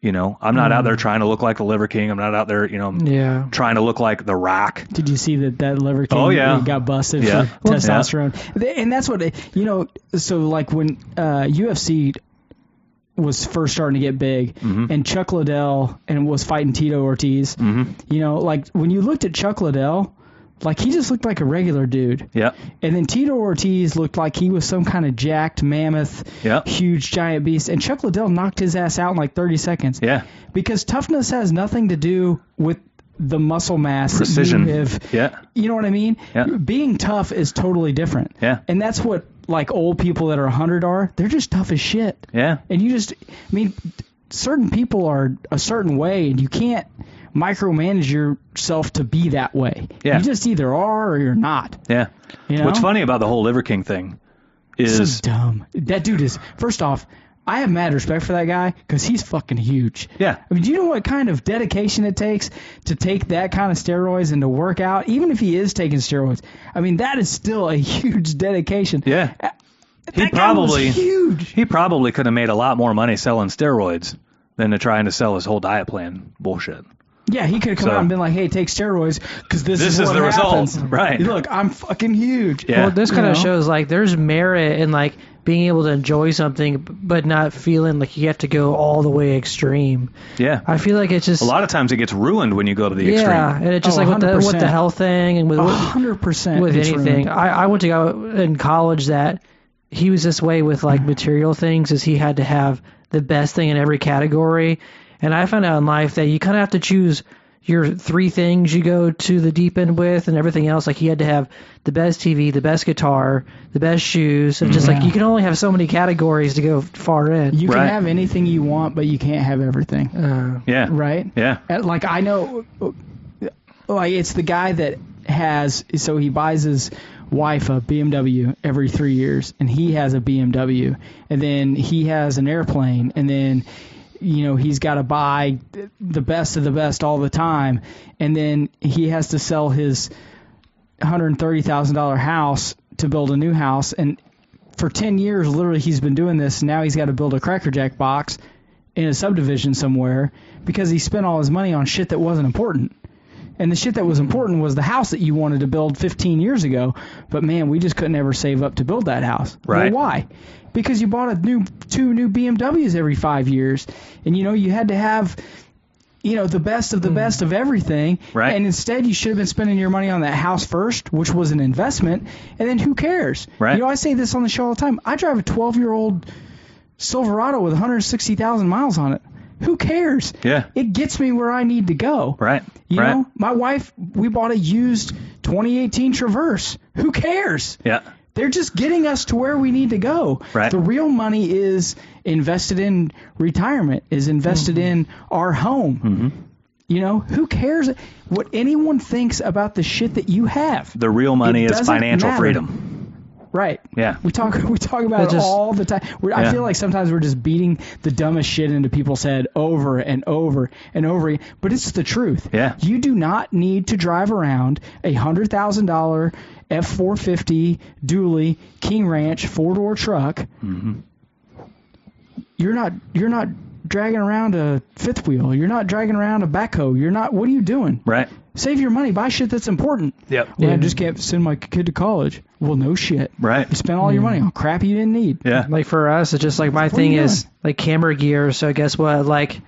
you know, I'm not
Mm.
out there trying to look like the Liver King. I'm not out there, you know,
yeah.
trying to look like the Rock.
did you see that that liver king
Oh, yeah.
got busted
Yeah.
for
Well,
testosterone They- and that's what it, you know so like when uh, ufc was first starting to get big
Mm-hmm.
and chuck liddell and was fighting tito ortiz you know like when you looked at chuck liddell like he just looked like a regular dude
Yep.
And then Tito Ortiz looked like he was some kind of jacked mammoth,
Yeah.
huge giant beast. And Chuck Liddell knocked his ass out in like 30 seconds.
Yeah.
Because toughness has nothing to do with the muscle mass
Precision.
That you, have.
Yeah.
you know what I mean?
Yeah.
Being tough is totally different.
Yeah.
And that's what like old people that are 100 are. They're just tough as shit.
Yeah.
And you just, I mean, certain people are a certain way, and you can't micromanage yourself to be that way.
Yeah.
You just either are or you're not.
Yeah.
You know?
What's funny about the whole Liver King thing is
So dumb. That dude is. First off, I have mad respect for that guy because he's fucking huge.
Yeah.
I mean, do you know what kind of dedication it takes to take that kind of steroids and to work out? Even if he is taking steroids, I mean, that is still a huge dedication.
yeah.
That
He
guy was
probably
huge.
he probably could have made a lot more money selling steroids than to trying to sell his whole diet plan bullshit.
Yeah, he could have come
So-
out and been like, "Hey, take steroids because this,
This
is,
is
what
the result,
happens.
right.
Look, I'm fucking huge.
Yeah.
Well, this kind of
You know?
shows like there's merit in like being able to enjoy something, b- but not feeling like you have to go all the way extreme.
yeah.
I feel like it's just
a lot of times it gets ruined when you go to the
yeah,
extreme.
and it's just
Oh,
like with the, with
100%.
the health thing and with
A
what,
hundred percent
with
it's
anything.
ruined.
I, I went to go in college that he was this way with like material things is he had to have the best thing in every category. And I found out in life that you kind of have to choose your three things you go to the deep end with and everything else. Like he had to have the best TV, the best guitar, the best shoes. And just like
Yeah.
you can only have so many categories to go far in.
Mm-hmm. You can
Right.
have anything you want, but you can't have everything.
uh,
Yeah.
right?
Yeah.
Uh, Like I know, uh, like it's the guy that has so he buys his wife a BMW every three years, and he has a BMW, and then he has an airplane, and then you know he's got to buy the best of the best all the time, and then he has to sell his hundred and thirty thousand dollar house to build a new house, and for 10 years, literally, he's been doing this. Now he's got to build a Cracker Jack box in a subdivision somewhere because he spent all his money on shit that wasn't important. And the shit that was important was the house that you wanted to build 15 years ago. But man, we just couldn't ever save up to build that house.
Right.
Well, why? Because you bought a new two new BMWs every five years, and you know you had to have, you know, the best of the best of everything.
Hmm. Right.
And instead, you should have been spending your money on that house first, which was an investment. And then who cares?
Right.
You know, I say this on the show all the time. I drive a 12 year old Silverado with 160,000 miles on it. Who cares?
Yeah.
It gets me where I need to go.
Right.
You
right.
know, my wife, we bought a used 2018 Traverse. Who cares?
Yeah.
They're just getting us to where we need to go.
Right.
The real money is invested in retirement, is invested
Mm-hmm.
in our home. You know, who cares what anyone thinks about the shit that you have?
The real money
It
is
doesn't
financial
matter.
freedom.
Right.
Yeah.
We talk we talk about
It
it,
just-
all the time. We're,
Yeah.
I feel like sometimes we're just beating the dumbest shit into people's head over and over and over again. But it's the truth.
Yeah.
You do not need to drive around a hundred thousand dollar F four fifty Dually King Ranch four door truck.
Mm-hmm.
You're not you're not dragging around a fifth wheel. You're not dragging around a backhoe. You're not. What are you doing?
Right.
Save your money. Buy shit that's important.
Yep.
Well,
Yeah.
I just can't send my kid to college. Well, no shit.
Right. Mm.
You spent all your money on crap you didn't need.
Yeah.
Like for us, it's just like my
are
thing
you
is
doing?
like camera gear. So guess what? Like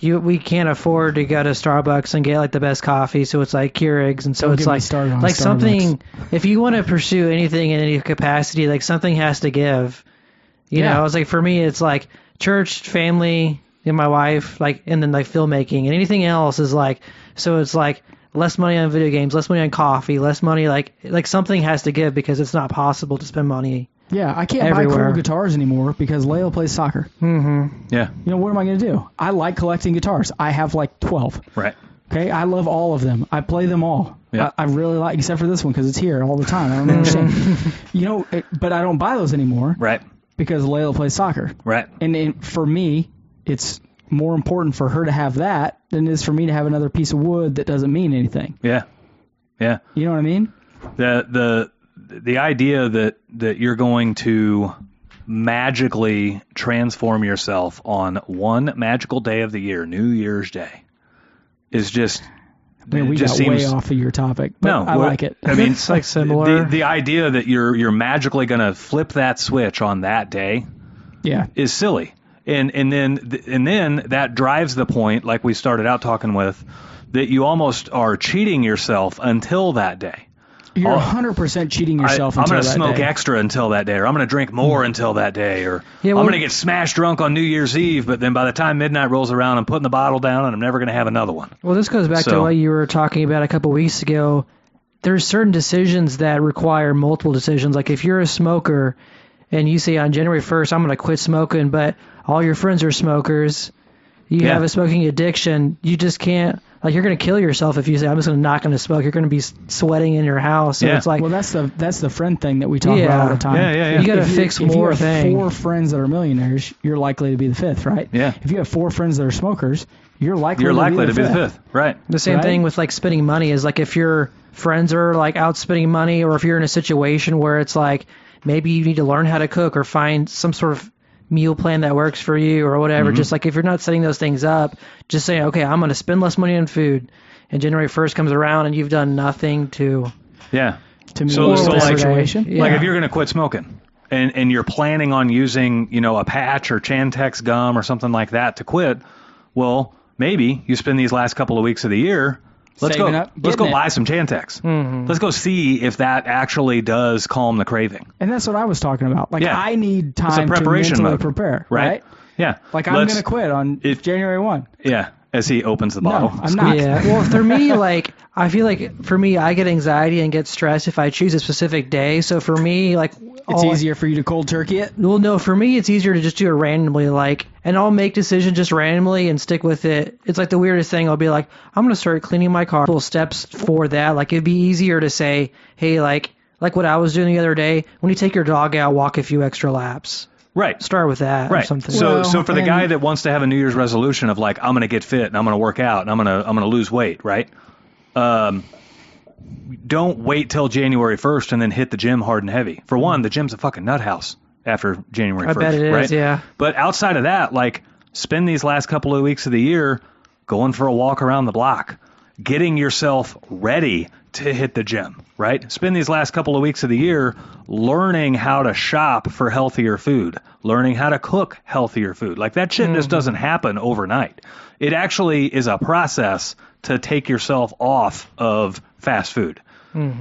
you, we can't afford to go to Starbucks and get like the best coffee. So it's like Keurigs, and so
Don't
it's
get me
like
started on
like
Starbucks.
something. If you want to pursue anything in any capacity, like something has to give. You
Yeah.
know, it's like for me, it's like church, family, and my wife, like, and then like filmmaking, and anything else is like. So it's like less money on video games, less money on coffee, less money like like something has to give because it's not possible to spend money.
Yeah, I can't buy
Everywhere.
cool guitars anymore because Layla plays soccer.
Yeah.
You know, what am I going to do? I like collecting guitars. I have like 12.
Right.
Okay, I love all of them. I play them all.
Yeah.
I, I really like, except for this one because it's here all the time. I don't understand. you know, it, but I don't buy those anymore
Right.
because Layla plays soccer.
Right.
And it, for me, it's more important for her to have that than it is for me to have another piece of wood that doesn't mean anything.
Yeah. Yeah.
You know what I mean?
the the the idea that that you're going to magically transform yourself on one magical day of the year, New Year's Day, is just
Man,
it
we
just
got
seems
way off of your topic, but
no.
I
we're-
like it.
I mean,
It's, like, similar.
The, the idea that you're you're magically going to flip that switch on that day
yeah.
is silly. And and then and then that drives the point, like we started out talking with, that you almost are cheating yourself until that day.
You're
Oh.
100% cheating yourself
I, am
until
gonna
that
smoke
day. Hmm.
extra until that day, or I'm gonna drink more until that day, or
Yeah,
I'm
well-
gonna get smashed drunk on New Year's Eve, but then by the time midnight rolls around, I'm putting the bottle down and I'm never gonna have another one.
Well, this goes back
So-
to what you were talking about a couple weeks ago. There's certain decisions that require multiple decisions. Like if you're a smoker and you say on January 1st, I'm going to quit smoking, but all your friends are smokers, you
Yeah.
have a smoking addiction, you just can't. Like you're going to kill yourself if you say I'm just gonna not going to smoke. You're going to be s- sweating in your house. So
Yeah.
it's like
well, that's the that's the friend thing that we talk
Yeah.
about all the time.
Yeah, yeah, yeah.
you got to
If you-
fix
if
more
you have
things.
Four friends that are millionaires, you're likely to be the fifth, right?
Yeah.
If you have four friends that are smokers, you're likely
You're
to
likely
be the
to be
fifth.
the fifth, right?
The same
Right?
thing with like spending money is like if your friends are like out spending money, or if you're in a situation where it's like maybe you need to learn how to cook or find some sort of meal plan that works for you or whatever. Just like if you're not setting those things up, just saying, okay, I'm going to spend less money on food. And January 1st comes around and you've done nothing to.
Yeah.
To me,
So-
it's
so
the
like-
situation.
Yeah.
Like if you're gonna quit smoking and and you're planning on using, you know, a patch or Chantex gum or something like that to quit, well, maybe you spend these last couple of weeks of the year. Let's
Saving
go.
up,
let's go
getting it. Mm-hmm.
buy some Chantex. Let's go see if that actually does calm the craving.
And that's what I was talking about. Like
Yeah.
I need time
preparation
to mentally
mode,
prepare, right?
Yeah.
Like I'm
Let's-
gonna quit on
It-
January one.
Yeah, as he opens the bottle.
No, I'm not.
Yeah. Well, for me, like I feel like for me, I get anxiety and get stressed if I choose a specific day. So for me, like
It's
all-
easier for you to cold turkey it.
Well, no, for me, it's easier to just do it randomly. Like, and I'll make decisions just randomly and stick with it. It's like the weirdest thing. I'll be like, I'm gonna start cleaning my car. Little steps for that. Like, it'd be easier to say, hey, like, like what I was doing the other day. When you take your dog out, walk a few extra laps.
Right.
Start with that or
Right.
something.
So,
Well,
so for the
and-
guy that wants to have a New Year's resolution of like, I'm going to get fit and I'm going to work out and I'm going to I'm going to lose weight, right? Um, don't wait till January 1st and then hit the gym hard and heavy. For one, the gym's a fucking nut house after January 1st.
I bet it is,
right?
yeah.
But outside of that, like, spend these last couple of weeks of the year going for a walk around the block, getting yourself ready to hit the gym, right? Spend these last couple of weeks of the year learning how to shop for healthier food, learning how to cook healthier food. Like, that shit just doesn't happen overnight. It actually is a process to take yourself off of fast food.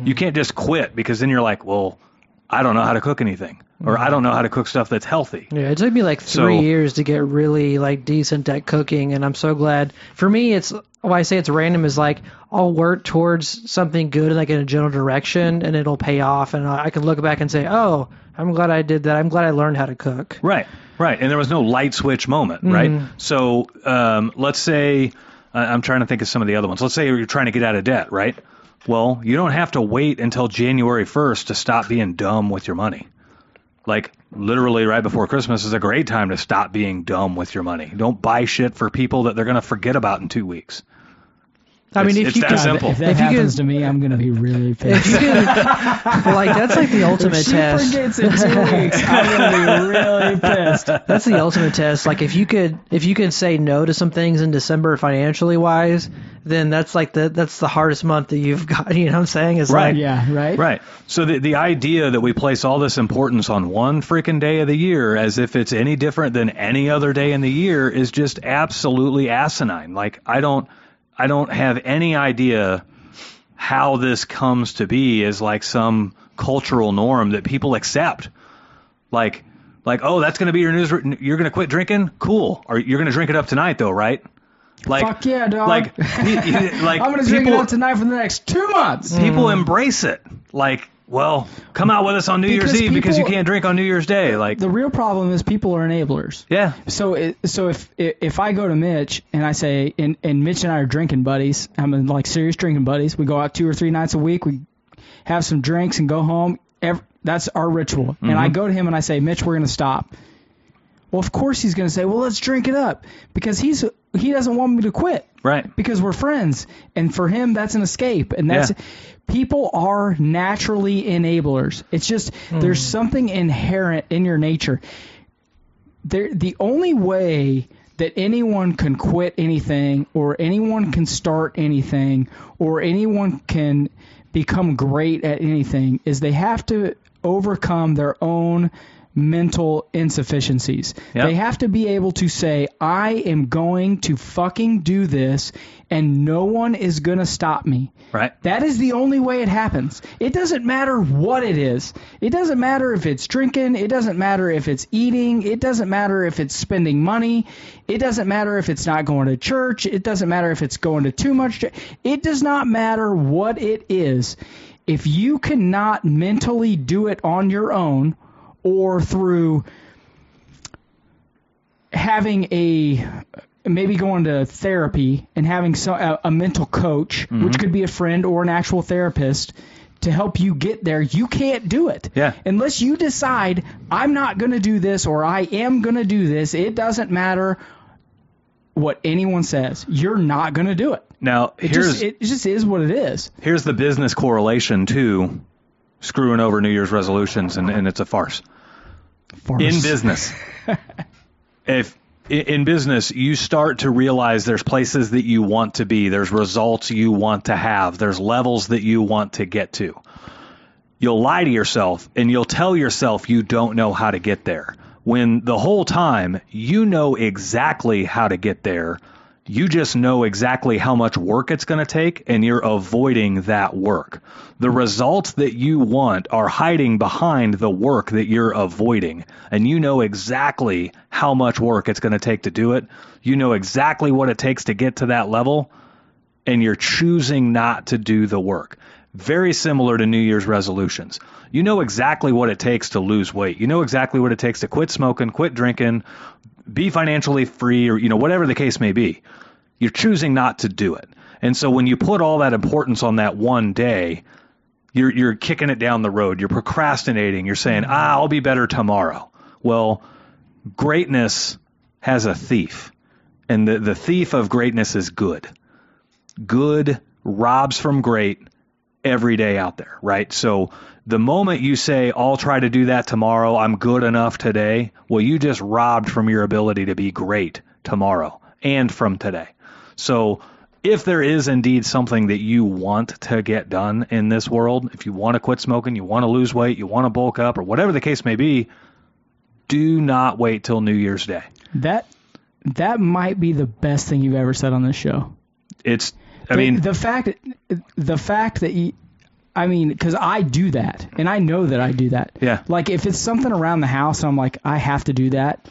You can't just quit because then you're like, well, I don't know how to cook anything. or I don't know how to cook stuff that's healthy.
Yeah, it took me like
So-
three years to get really like decent at cooking, and I'm so glad. For me, it's why I say it's random is like I'll work towards something good like in a general direction, and it'll pay off, and I I can look back and say, oh, I'm glad I did that. I'm glad I learned how to cook.
Right, right. And there was no light switch moment, right? So um, let's say uh, I'm trying to think of some of the other ones. Let's say you're trying to get out of debt, right? Well, you don't have to wait until January 1st to stop being dumb with your money. Like literally right before Christmas is a great time to stop being dumb with your money. Don't buy shit for people that they're going to forget about in 2 weeks.
I
It's-
mean, if
it's
you
that
can,
simple.
If that
If you
happens
could-
to me, I'm gonna be really
if
pissed.
you can, but like that's like the ultimate
If she
test.
forgets in two weeks, I'm gonna be really pissed.
That's the ultimate test. Like if you could if you could say no to some things in December financially wise, then that's like the that's the hardest month that you've got. You know what I'm saying? Is
Right.
like
Yeah, right.
Right. So the the idea that we place all this importance on one freaking day of the year as if it's any different than any other day in the year is just absolutely asinine. Like I don't I don't have any idea how this comes to be as like some cultural norm that people accept. Like like oh that's going to be your news you're going to quit drinking? Cool. Or you're going to drink it up tonight though, right? Like
Fuck yeah, dog.
Like y- y- like
I'm gonna drink it
people-
up tonight for the next two months.
people embrace it. Like, well, come out with us on New
Because
Year's Eve because you
people-
can't drink on New Year's Day. Like,
The real problem is people are enablers.
yeah,
So it, so if if I go to Mitch and I say and and Mitch and I are drinking buddies, I'm in like serious drinking buddies. We go out two or three nights a week. We have some drinks and go home. Ev that's our ritual. And I go to him and I say, Mitch, we're gonna stop. Well, of course he's gonna say, well, let's drink it up because he's he doesn't want me to quit
right.
because we're friends and for him that's an escape and that's
Yeah.
people are naturally enablers it's just there's something inherent in your nature there the only way that anyone can quit anything or anyone can start anything or anyone can become great at anything is they have to overcome their own mental insufficiencies.
Yep.
They have to be able to say I am going to fucking do this and no one is going to stop me.
Right.
That is the only way it happens. It doesn't matter what it is. It doesn't matter if it's drinking. It doesn't matter if it's eating. It doesn't matter if it's spending money. It doesn't matter if it's not going to church. It doesn't matter if it's going to too much. ch- It does not matter what it is. If you cannot mentally do it on your own or through having a maybe going to therapy and having so, a, a mental coach,
Mm-hmm.
which could be a friend or an actual therapist, to help you get there, you can't do it.
Yeah.
Unless you decide, I'm not going to do this or I am going to do this, it doesn't matter what anyone says. You're not going to do it.
Now,
It
here's
just it just is what it is.
here's the business correlation to screwing over New Year's resolutions, and, and it's a farce. in business if i- in business you start to realize there's places that you want to be there's results you want to have there's levels that you want to get to you'll lie to yourself and you'll tell yourself you don't know how to get there when the whole time you know exactly how to get there you just know exactly how much work it's going to take and you're avoiding that work. The results that you want are hiding behind the work that you're avoiding. And you know exactly how much work it's going to take to do it. You know exactly what it takes to get to that level and you're choosing not to do the work. Very similar to New Year's resolutions. You know exactly what it takes to lose weight. You know exactly what it takes to quit smoking, quit drinking, be financially free, or you know whatever the case may be. You're choosing not to do it. And so when you put all that importance on that one day, you're you're kicking it down the road. You're procrastinating. You're saying, "Ah, I'll be better tomorrow." Well, greatness has a thief, and the the thief of greatness is good good robs from great every day out there, right? So the moment you say, I'll try to do that tomorrow, I'm good enough today, well, you just robbed from your ability to be great tomorrow and from today. So if there is indeed something that you want to get done in this world, if you want to quit smoking, you want to lose weight, you want to bulk up, or whatever the case may be, do not wait till New Year's Day.
That that might be the best thing you've ever said on this show.
It's, I mean,
the fact the fact that you, I mean, because I do that, and I know that I do that.
Yeah.
Like if it's something around the house, I'm like, I have to do that,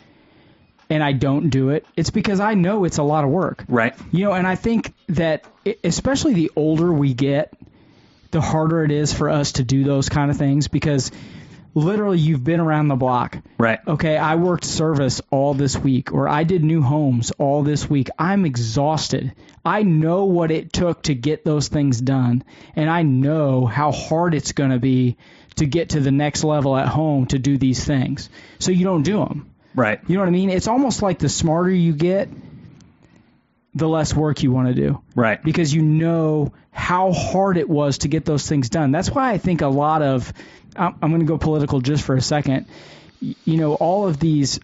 and I don't do it. It's because I know it's a lot of work.
Right.
You know, and I think that e- especially the older we get, the harder it is for us to do those kind of things because literally you've been around the block.
Right.
Okay, I worked service all this week or I did new homes all this week. I'm exhausted. I know what it took to get those things done and I know how hard it's going to be to get to the next level at home to do these things. So you don't do them.
Right.
You know what I mean? It's almost like the smarter you get, the less work you want to do
Right.
because you know how hard it was to get those things done. That's why I think a lot of I'm, I'm going to go political just for a second. Y- You know, all of these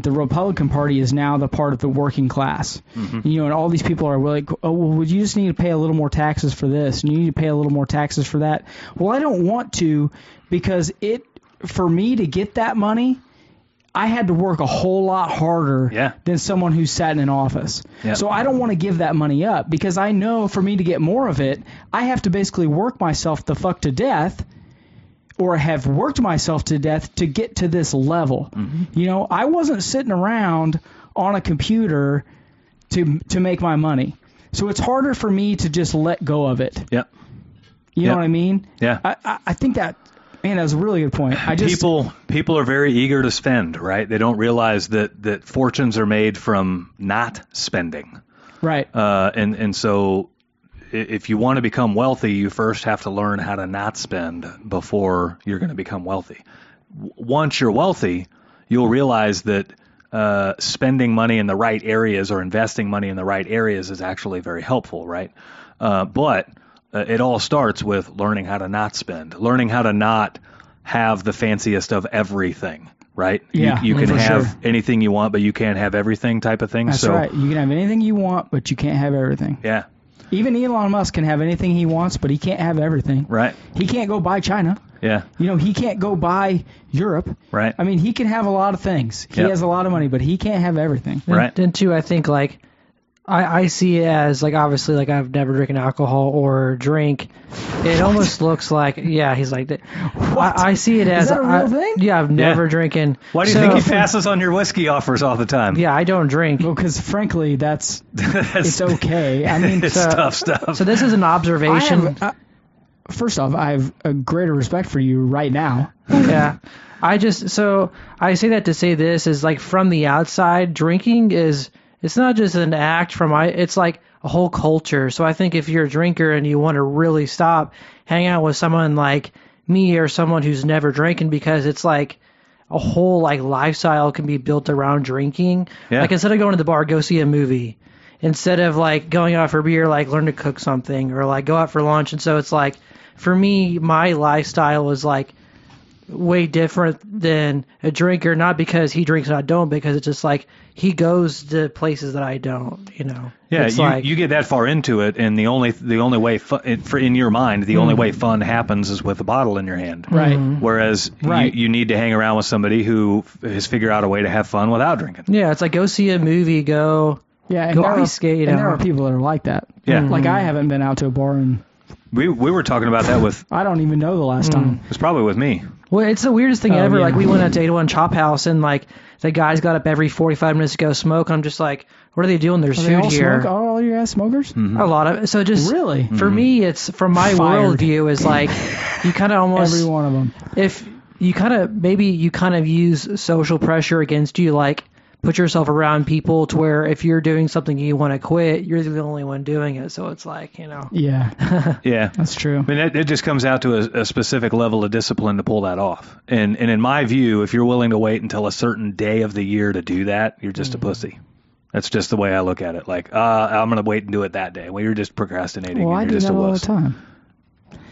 the Republican Party is now the part of the working class. You know, and all these people are like, oh, well, would you just need to pay a little more taxes for this? And you need to pay a little more taxes for that. Well, I don't want to because it, for me to get that money, I had to work a whole lot harder
Yeah.
than someone who sat in an office.
Yeah.
So I don't want to give that money up because I know for me to get more of it, I have to basically work myself the fuck to death or have worked myself to death to get to this level.
Mm-hmm.
You know, I wasn't sitting around on a computer to to make my money. So it's harder for me to just let go of it.
Yep.
You
Yeah.
know what I mean?
Yeah.
I, I, I think that man, that was a really good point. I just
people people are very eager to spend, right? They don't realize that that fortunes are made from not spending.
right.
Uh, and and so i- if you want to become wealthy, you first have to learn how to not spend before you're going to become wealthy. W- Once you're wealthy, you'll realize that uh, spending money in the right areas or investing money in the right areas is actually very helpful, right? Uh, but uh, it all starts with learning how to not spend, learning how to not have the fanciest of everything, right? You-
Yeah,
you, can
for
have
sure.
anything you want, but you can't have everything, type of thing.
That's
so,
right. You can have anything you want, but you can't have everything.
yeah,
Even Elon Musk can have anything he wants, but he can't have everything.
right,
He can't go buy China.
yeah.
You know, he can't go buy Europe.
Right.
I mean, he can have a lot of things. He
Yep.
has a lot of money, but he can't have everything.
Right.
And, and two, I think like I, I see it as like obviously like I've never drinking alcohol or drink. It almost looks like yeah, he's like that. I, I see it as
that a real
I-
thing?
Yeah, I've never drinking.
Why do you
So-
think he passes on your whiskey offers all the time?
Yeah, I don't drink.
Well, because frankly, that's it's okay. I mean,
it's
so-
tough stuff.
So this is an
I
observation.
have, uh, first off, I have a greater respect for you right now.
yeah. I just so I say that to say this is like from the outside, drinking is it's not just an act from I it's like a whole culture. So I think if you're a drinker and you want to really stop, hang out with someone like me or someone who's never drinking because it's like a whole like lifestyle can be built around drinking.
Yeah.
Like instead of going to the bar, go see a movie. Instead of like going out for beer, like learn to cook something or like go out for lunch. And so it's like for me, my lifestyle is like way different than a drinker, not because he drinks and I don't, because it's just like he goes to places that I don't, you know.
yeah,
it's
you,
like,
you get that far into it, and the only the only way fun, it, for in your mind the only way fun happens is with a bottle in your hand.
Mm. Right.
Whereas
Right.
you, you need to hang around with somebody who f- has figured out a way to have fun without drinking.
yeah, it's like go see a movie, go.
Yeah. And
Go
there are,
ice skate
And there
out.
are people that are like that.
Yeah.
Like I haven't been out to a bar and
We we were talking about that with
I don't even know the last time.
it was probably with me.
Well, it's the weirdest thing
Oh,
ever.
yeah.
Like we went out to 801 Chop House and like the guys got up every 45 minutes to go smoke. I'm just like, what are they doing? Their
Are they
suit
all
here. Mm-hmm.
smoke? Are all your ass smokers?
A lot of so just
Really?
for me, it's from my
Fired.
worldview is like you kind of almost
Every one of them.
if you kind of maybe you kind of use social pressure against you like put yourself around people to where if you're doing something you want to quit you're the only one doing it so it's like you know
Yeah.
Yeah,
That's true.
I mean, it, it just comes out to a, a specific level of discipline to pull that off. And and in my view, if you're willing to wait until a certain day of the year to do that, you're just
Mm-hmm.
a pussy. That's just the way I look at it. Like, uh, I'm gonna wait and do it that day. Well, you're just procrastinating. and
Well, I
you're
do
just
that
a
all the
wuss.
time.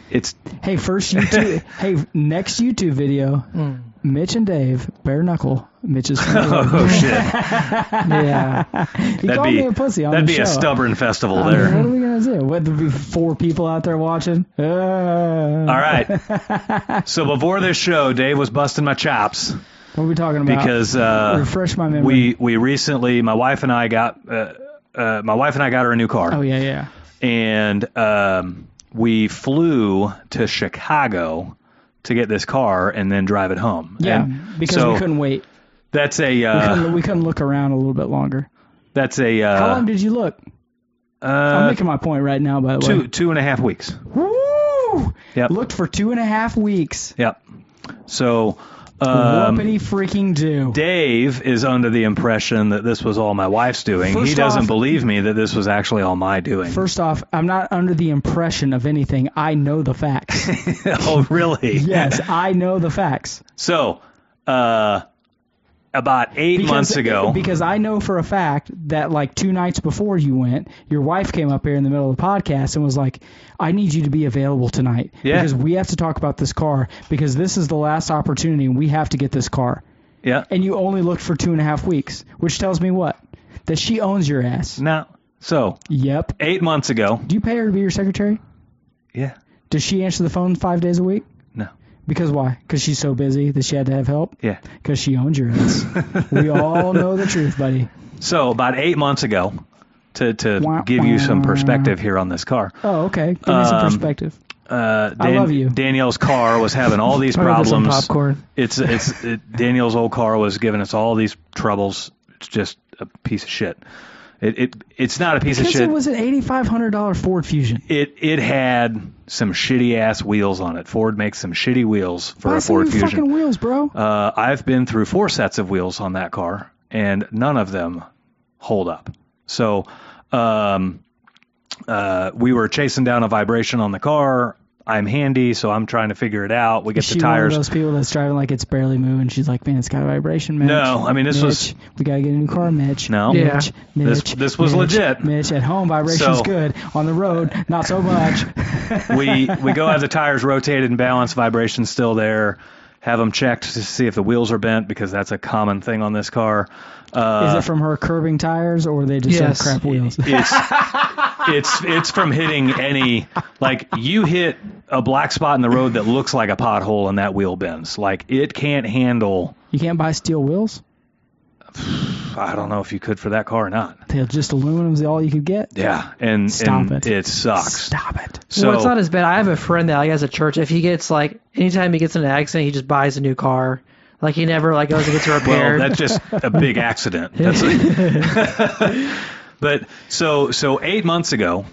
It's
Hey, first YouTube. hey, next YouTube video,
Hmm.
Mitch and Dave, bare knuckle. Mitch's.
oh shit.
yeah
he
That'd
called
be
me a pussy on
that'd
the
be a
show.
stubborn festival
I mean,
there.
what are we gonna do? What there be four people out there watching? Uh,
All right. So before this show, Dave was busting my
Uh,
chops
What are we talking about?
because uh,
refresh my memory.
we we recently, my wife and I got uh, uh, my wife and I got her a new car.
oh yeah, yeah.
and um, we flew to Chicago to get this car and then drive it home.
Yeah,
And
because
so
we couldn't wait.
That's a
We
uh,
couldn't, we couldn't look around a little bit longer.
that's a uh,
How long did you look? I'm
uh,
making my point right now, by the
two
way.
two and a half weeks.
Woo!
Yep.
Looked for two and a half weeks.
Yep. So.
Um,
Um,
freaking do.
Dave is under the impression that this was all my wife's doing.
First
he doesn't
off-
believe me that this was actually all my doing.
First off, I'm not under the impression of anything. I know the facts.
oh, really?
yes, I know the facts.
So, uh, about eight
Because-
months ago,
Because I know for a fact that like two nights before you went, your wife came up here in the middle of the podcast and was like, I need you to be available tonight.
Yeah.
Because we have to talk about this car because this is the last opportunity and we have to get this car.
yeah,
And you only looked for two and a half weeks, which tells me what? That she owns your ass.
no, so
Yep.
eight months ago,
Do you pay her to be your secretary?
yeah,
Does she answer the phone five days a week?
no,
Because why? Because she's so busy that she had to have help?
yeah.
Because she owns your ass. we all know the truth, buddy.
So about eight months ago, to to
Wah,
give you some
wah.
perspective here on this car,
Oh, okay. Give me some
Um,
perspective.
uh,
I love you.
Danielle's car was having all these
Probably some
problems.
popcorn.
It's it's it, Daniel's old car was giving us all these troubles. It's just a piece of shit. It it it's not a piece of
Because
shit.
it was an $8,500 Ford Fusion.
it it had some shitty ass wheels on it. Ford makes some shitty wheels for
Buy
a
some
Ford
new
Fusion.
fucking wheels, bro.
Uh, I've been through four sets of wheels on that car, and none of them hold up. So um, uh, we were chasing down a vibration on the car. I'm handy, so I'm trying to figure it out. We get
She
the
one of
tires.
those people that's driving like it's barely moving. She's like, man, it's got a vibration, Mitch.
No, I mean, this
Mitch,
was-
We gotta get a new car, Mitch.
No.
Mitch,
Yeah.
This-
Mitch.
this was
Mitch,
legit.
Mitch at home, vibration's
So-
good. On the road, not so much.
we we go have the tires rotated and balanced, vibrations still there. Have them checked to see if the wheels are bent because that's a common thing on this car. Uh,
Is it from her curbing tires, or they just
Yes.
have crap wheels?
it's it's it's from hitting any like you hit a black spot in the road that looks like a pothole and that wheel bends like it can't handle
You can't buy steel wheels.
i don't know if you could for that car or not
They'll just aluminum's all you could get.
yeah and
Stop
and
it.
sucks
Stop it.
so
well, it's not as bad. I have a friend that like has a church. If he gets like anytime he gets in an accident, he just buys a new car. Like he never like goes and gets it
well
repaired.
that's just a big accident that's but so so eight months ago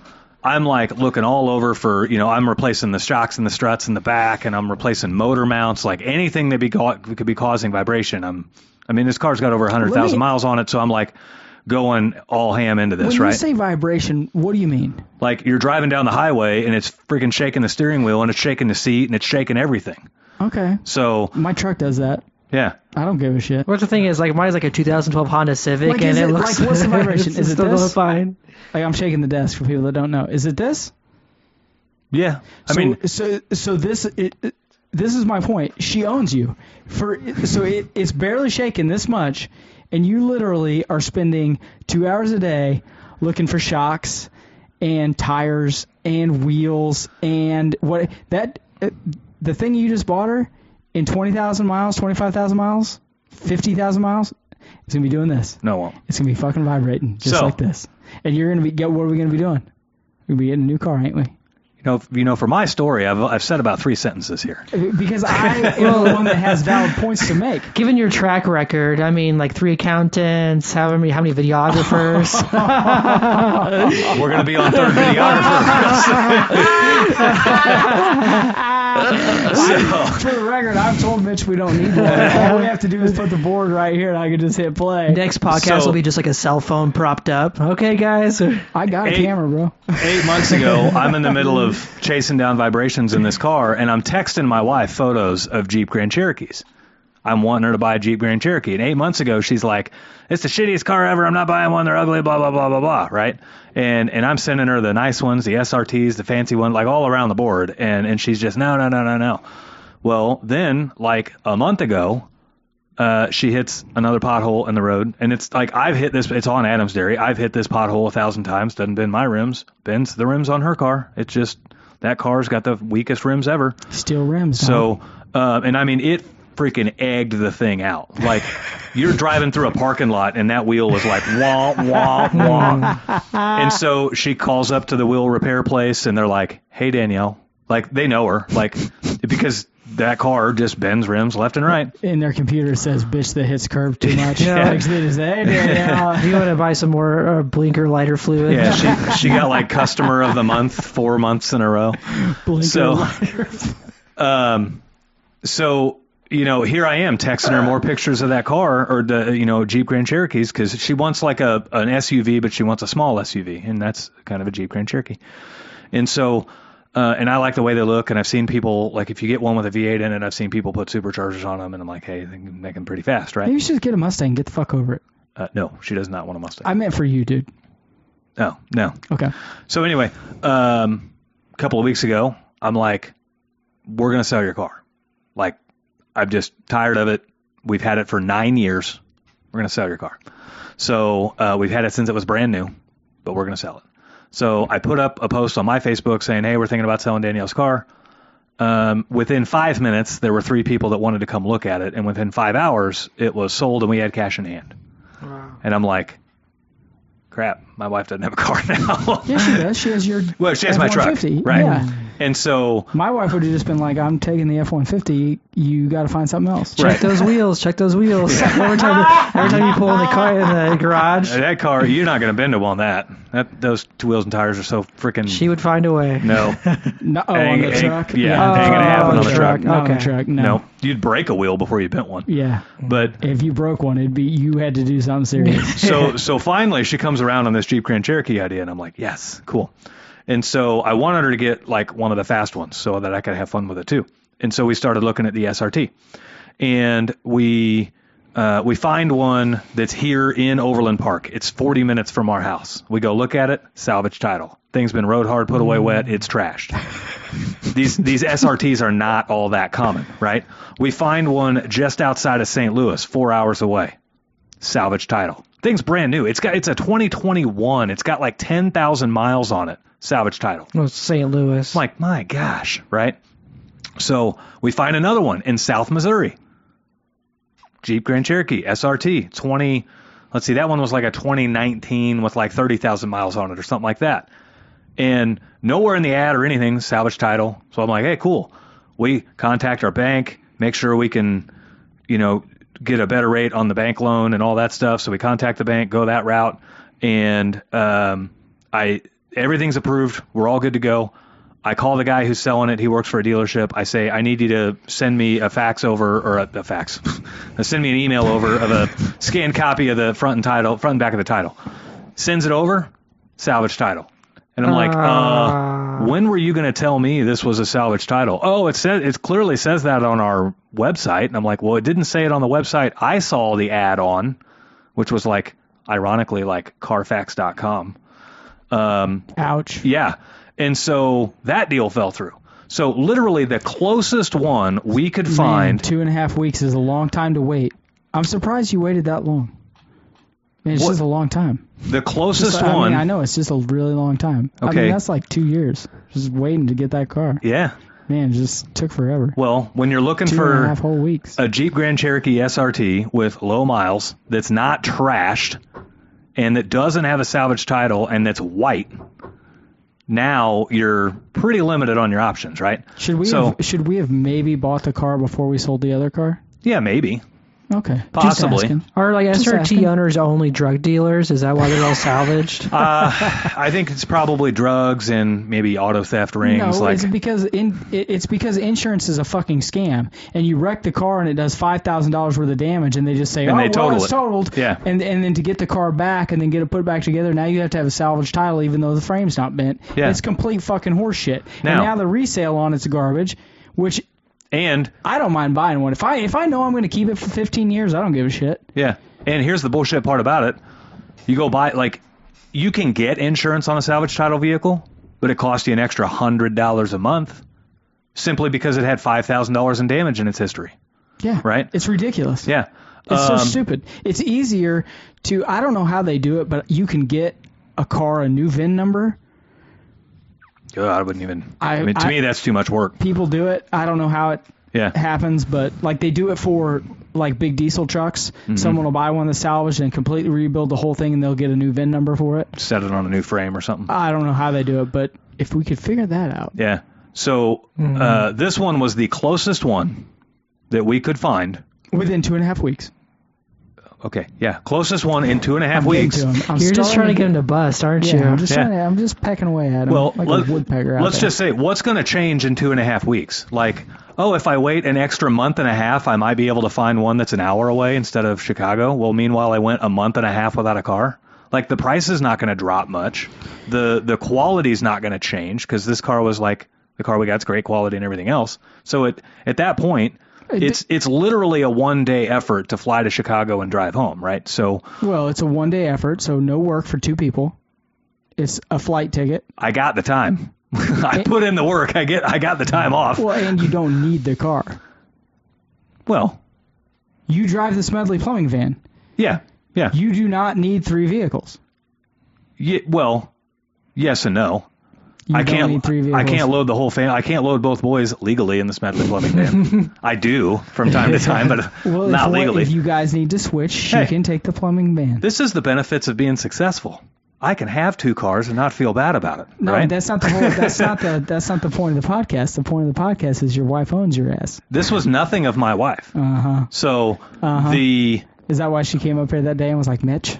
I'm like looking all over for, you know, I'm replacing the shocks and the struts in the back, and I'm replacing motor mounts, like anything that be ca- could be causing vibration. I'm, I mean, this car's got over 100,000
me-
miles on it, so I'm like going all ham into this,
When
right?
you say vibration, what do you mean?
like you're driving down the highway and it's freaking shaking the steering wheel and it's shaking the seat and it's shaking everything.
Okay.
So
My truck does that.
yeah,
I don't give a shit.
What's the thing is like mine's like a 2012 Honda Civic,
Like,
and
is
it,
it-
looks
like, what's the vibration?
it's
Is it
still
this?
fine?
Like I'm shaking the desk for people that don't know. Is it this?
yeah. I
so,
mean,
so so this it, it- this is my point. She owns you for so it, it's barely shaking this much, and you literally are spending two hours a day looking for shocks and tires and wheels and what that uh, the thing you just bought her in twenty thousand miles, twenty five thousand miles, fifty thousand miles, it's gonna be doing this.
no, it won't.
It's gonna be fucking vibrating just
So-
like this, and you're gonna be get what are we gonna be doing? We're gonna be getting a new car, ain't we?
you know, you know, for my story, I've I've said about three sentences here.
because I am the one that has valid points to make.
Given your track record, I mean, like three accountants, however many, how many videographers?
We're gonna be on third videographer. so,
For the record, I've told Mitch we don't need that. All we have to do is put the board right here, and I can just hit play.
Next podcast
So-
will be just like a cell phone propped up. Okay, guys.
I got a
Hey.
camera, bro.
eight months ago, I'm in the middle of chasing down vibrations in this car, and I'm texting my wife photos of Jeep Grand Cherokees. I'm wanting her to buy a Jeep Grand Cherokee. And eight months ago, she's like, "It's the shittiest car ever. I'm not buying one. They're ugly. Blah blah blah blah blah." Right? And and I'm sending her the nice ones, the SRTs, the fancy one, like all around the board. And and she's just no no no no no. Well, then like a month ago, uh, she hits another pothole in the road, and it's like I've hit this. It's on Adams Dairy. I've hit this pothole a thousand times. Doesn't bend my rims. Bends the rims on her car. It's just that car's got the weakest rims ever.
Steel rims. dog.
So, uh, and I mean, it freaking egged the thing out. Like you're driving through a parking lot and that wheel was like wah wah wah. and so she calls up to the wheel repair place and they're like, "Hey Danielle." Like they know her. Like because that car just bends rims left and right.
And their computer says, bitch that hits curve too much.
Yeah.
Like, they just say, "Hey, Danielle."
Do you want to buy some more uh, blinker lighter fluid?
Yeah, she she got like customer of the month 4 months in a row.
Blinker
So
light.
um so you know, here I am texting her more pictures of that car or the you know Jeep Grand Cherokees because she wants like a an SUV, but she wants a small SUV, and that's kind of a Jeep Grand Cherokee. And so, uh, and I like the way they look, and I've seen people like if you get one with a V8 in it, I've seen people put superchargers on them, and I'm like, hey, they can make them pretty fast,
Maybe
right?
you should get a Mustang. Get the fuck over it.
Uh, no, she does not want a Mustang.
I meant for you, dude.
no, no,
Okay.
So anyway, um, a couple of weeks ago, I'm like, we're gonna sell your car. Like, I'm just tired of it. We've had it for nine years. We're gonna sell your car. So uh, we've had it since it was brand new, but we're gonna sell it. So I put up a post on my Facebook saying, hey, we're thinking about selling Danielle's car. Um, within five minutes, there were three people that wanted to come look at it, and within five hours, it was sold and we had cash in hand. And I'm like, crap, my wife doesn't have a car now.
Yeah, she does. She has your.
Well, she has my truck,
F-150.
right?
Yeah.
And so,
My wife would have just been like, I'm taking the F 150. You got to find something else.
Right.
Check those wheels. Check those wheels. Every, time, every time you pull in the car in the garage,
that car, you're not going to bend them on that. That those two wheels and tires are so freaking.
she would find a way.
no,
No, oh,
Ain't-
on the
ain't-
truck.
yeah, ain't gonna happen
on
on
the
truck.
truck.
Not on the
Okay.
truck. No.
no, you'd break a wheel before you bent one.
Yeah.
But
If you broke one, it'd be you had to do something serious.
so so finally she comes around on this Jeep Grand Cherokee idea, and I'm like, yes, cool. And so I wanted her to get like one of the fast ones so that I could have fun with it too. And so we started looking at the SRT, and we uh, we find one that's here in Overland Park. It's 40 minutes from our house. We go look at it, salvage title. Thing's been road hard, put away wet. It's trashed. these these SRTs are not all that common, right? We find one just outside of St. Louis, four hours away salvage title. Thing's brand new. It's got it's a 2021. It's got like 10,000 miles on it. Salvage title.
Oh, St. Louis.
I'm like, my gosh, right? So we find another one in South Missouri. Jeep Grand Cherokee SRT 20. Let's see, that one was like a 2019 with like 30,000 miles on it or something like that. And nowhere in the ad or anything, salvage title. So I'm like, hey, cool. We contact our bank, make sure we can, you know, get a better rate on the bank loan and all that stuff. So we contact the bank, go that route, and um, I everything's approved. We're all good to go. I call the guy who's selling it. He works for a dealership. I say, I need you to send me a fax over or a, a fax, send me an email over of a scanned copy of the front and title, front and back of the title. Sends it over, salvage title, and I'm like, uh, when were you going to tell me this was a salvage title? Oh, it says it clearly says that on our website, and I'm like, well, it didn't say it on the website. I saw the ad on, which was like, ironically, like Carfax.com. Um,
Ouch.
yeah. And so that deal fell through. So literally the closest one we could
Man,
find.
two and a half weeks is a long time to wait. I'm surprised you waited that long. Man, it's
What-
just a long time.
the closest
I
one.
mean, I know it's just a really long time. I
Okay.
mean, that's like two years just waiting to get that car.
Yeah.
Man, it just took forever.
Well, when you're looking
Two and a half
for
whole weeks.
a Jeep Grand Cherokee SRT with low miles that's not trashed and that doesn't have a salvage title and that's white, now you're pretty limited on your options, right?
should we
so-
have, should we have maybe bought the car before we sold the other car?
Yeah, maybe.
Okay, Just
Possibly.
asking.
Are like
asking.
SRT owners only drug dealers? Is that why they're all salvaged?
Uh, I think it's probably drugs and maybe auto theft rings.
No,
like
it's because in it- it's because insurance is a fucking scam, and you wreck the car and it does five thousand dollars worth of damage, and they just say,
And
"Oh,
they
well,
total
it's
it."
totaled."
Yeah.
And and then to get the car back and then get it put back together, now you have to have a salvage title, even though the frame's not bent.
Yeah.
It's complete fucking horseshit. and
Now-
now the resale on it's garbage, which
and
I don't mind buying one. If I if I know I'm going to keep it for fifteen years, I don't give a shit.
Yeah. And here's the bullshit part about it. You go buy like you can get insurance on a salvage title vehicle, but it costs you an extra hundred dollars a month simply because it had five thousand dollars in damage in its history.
Yeah.
Right.
It's ridiculous.
Yeah.
It's
Um,
so stupid. It's easier to I don't know how they do it, but you can get a car a new VIN number.
ugh, I wouldn't even. I,
I-
mean, to
I-
me, that's too much work.
People do it. I don't know how it
Yeah.
happens, but like they do it for like big diesel trucks.
Mm-hmm.
Someone will buy one that's salvaged and completely rebuild the whole thing, and they'll get a new VIN number for it.
Set it on a new frame or something.
I don't know how they do it, but if we could figure that out,
Yeah. So
Mm-hmm.
uh, this one was the closest one that we could find.
within two and a half weeks,
Okay. Yeah. Closest one in two and a half
I'm getting
weeks.
to 'em. I'm
You're just trying to
starting-
get him to bust, aren't
Yeah, I'm
you?
just
Yeah.
trying to, I'm just pecking away at him
Well,
like
let,
a woodpecker. out
let's
there.
just say what's going to change in two and a half weeks. Like, oh, if I wait an extra month and a half, I might be able to find one that's an hour away instead of Chicago. Well, meanwhile, I went a month and a half without a car. Like the price is not going to drop much. The the quality's not going to change because this car was like the car we got's great quality and everything else. So it at that point. It's it's literally a one day effort to fly to Chicago and drive home, right? So
Well, it's a one day effort, so no work for two people. It's a flight ticket.
I got the time. I put in the work. I get I got the time off.
Well, and you don't need the car.
Well,
You drive the Smedley plumbing van.
Yeah, yeah.
You do not need three vehicles.
Ye- well, yes and no.
You
I
don't
can't.
need three vehicles.
I can't load the whole family. I can't load both boys legally in the Smedley Plumbing van. I do from time to time, but
Well,
not
if, what-
legally.
If you guys need to switch, she
Hey.
can take the plumbing van.
this is the benefits of being successful. I can have two cars and not feel bad about it.
no,
right?
that's not the whole, that's not the that's not the point of the podcast. The point of the podcast is your wife owns your ass.
this was nothing of my wife.
Uh huh.
So
Uh-huh.
the
Is that why she came up here that day and was like, Mitch?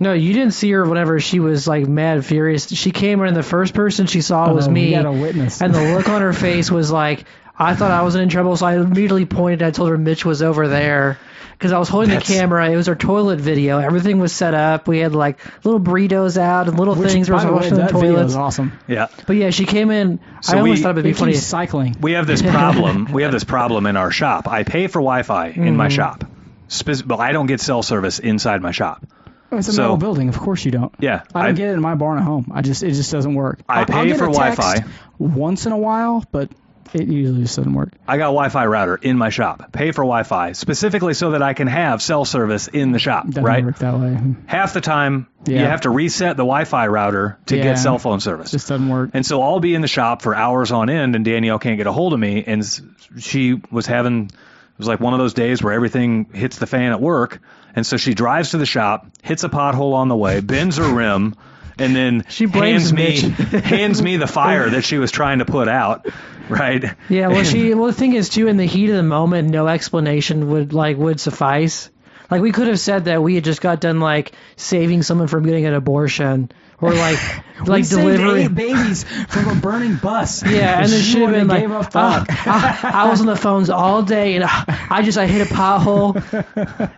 No, you didn't see her whenever she was like mad furious. She came in, the first person she saw was
Oh,
me.
We got a witness.
And the look on her face was like, I thought I was in trouble, so I immediately pointed. I told her Mitch was over there because I was holding
That's-
the camera. It was our toilet video. Everything was set up. We had like little burritos out and little
Which,
things. We
by
were
the way,
washing the
that video
toilets.
is awesome.
yeah,
But yeah, she came in.
So
I
we-
almost thought it'd be
It
funny.
keeps cycling.
we have this problem. we have this problem in our shop. I pay for Wi-Fi in
Mm-hmm.
my shop, Spec- but I don't get cell service inside my shop.
Oh, It's a
So-
metal building. Of course you don't.
Yeah,
I don't
I-
get it in my barn at home. I just it just doesn't work.
I
I'll- I'll
pay
get
for
a text
Wi-Fi.
once in a while, but it usually just doesn't work.
I got a Wi-Fi router in my shop. Pay for Wi-Fi specifically so that I can have cell service in the shop.
Doesn't
right?
work that way.
Half the time you
Yeah.
have to reset the Wi-Fi router to
Yeah.
get cell phone service.
Just doesn't work.
and so I'll be in the shop for hours on end, and Danielle can't get a hold of me. And s- she was having it was like one of those days where everything hits the fan at work, and so she drives to the shop, hits a pothole on the way, bends her rim. And then
She blames
hands me
Mitch.
hands me the fire that she was trying to put out, right?
Yeah, well,
And-
she. Well, the thing is, too, in the heat of the moment, no explanation would like would suffice. Like we could have said that we had just got done like saving someone from getting an abortion or like like delivery.
eight babies from a burning bus.
Yeah, and then
She
she would have been
wouldn't
like,
gave a
"Ah,
fuck."
I, I was on the phones all day and I, I just I hit a pothole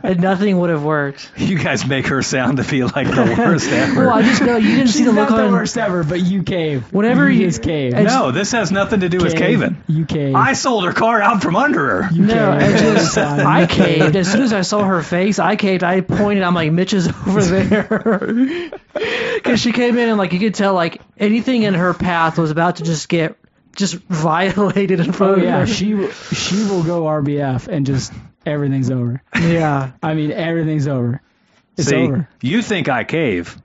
and nothing would have worked.
You guys make her sound to be like the worst ever.
Well, I just know you didn't see
She's
the
not
look
the
on.
worst ever, but you cave.
Whenever
you
you-
just cave.
and
no, this has nothing to do with
Cave.
caving.
You cave.
I sold her car out from under her.
No,
Okay,
I just
that's fine.
I caved. As soon as I saw her face, I caved. I pointed. I'm like, Mitch is over there, because she came in and like you could tell like anything in her path was about to just get just violated in
Oh
front of
yeah,
her.
she will- she will go RBF and just everything's over.
yeah.
I mean everything's over. It's
See,
over.
you think I cave.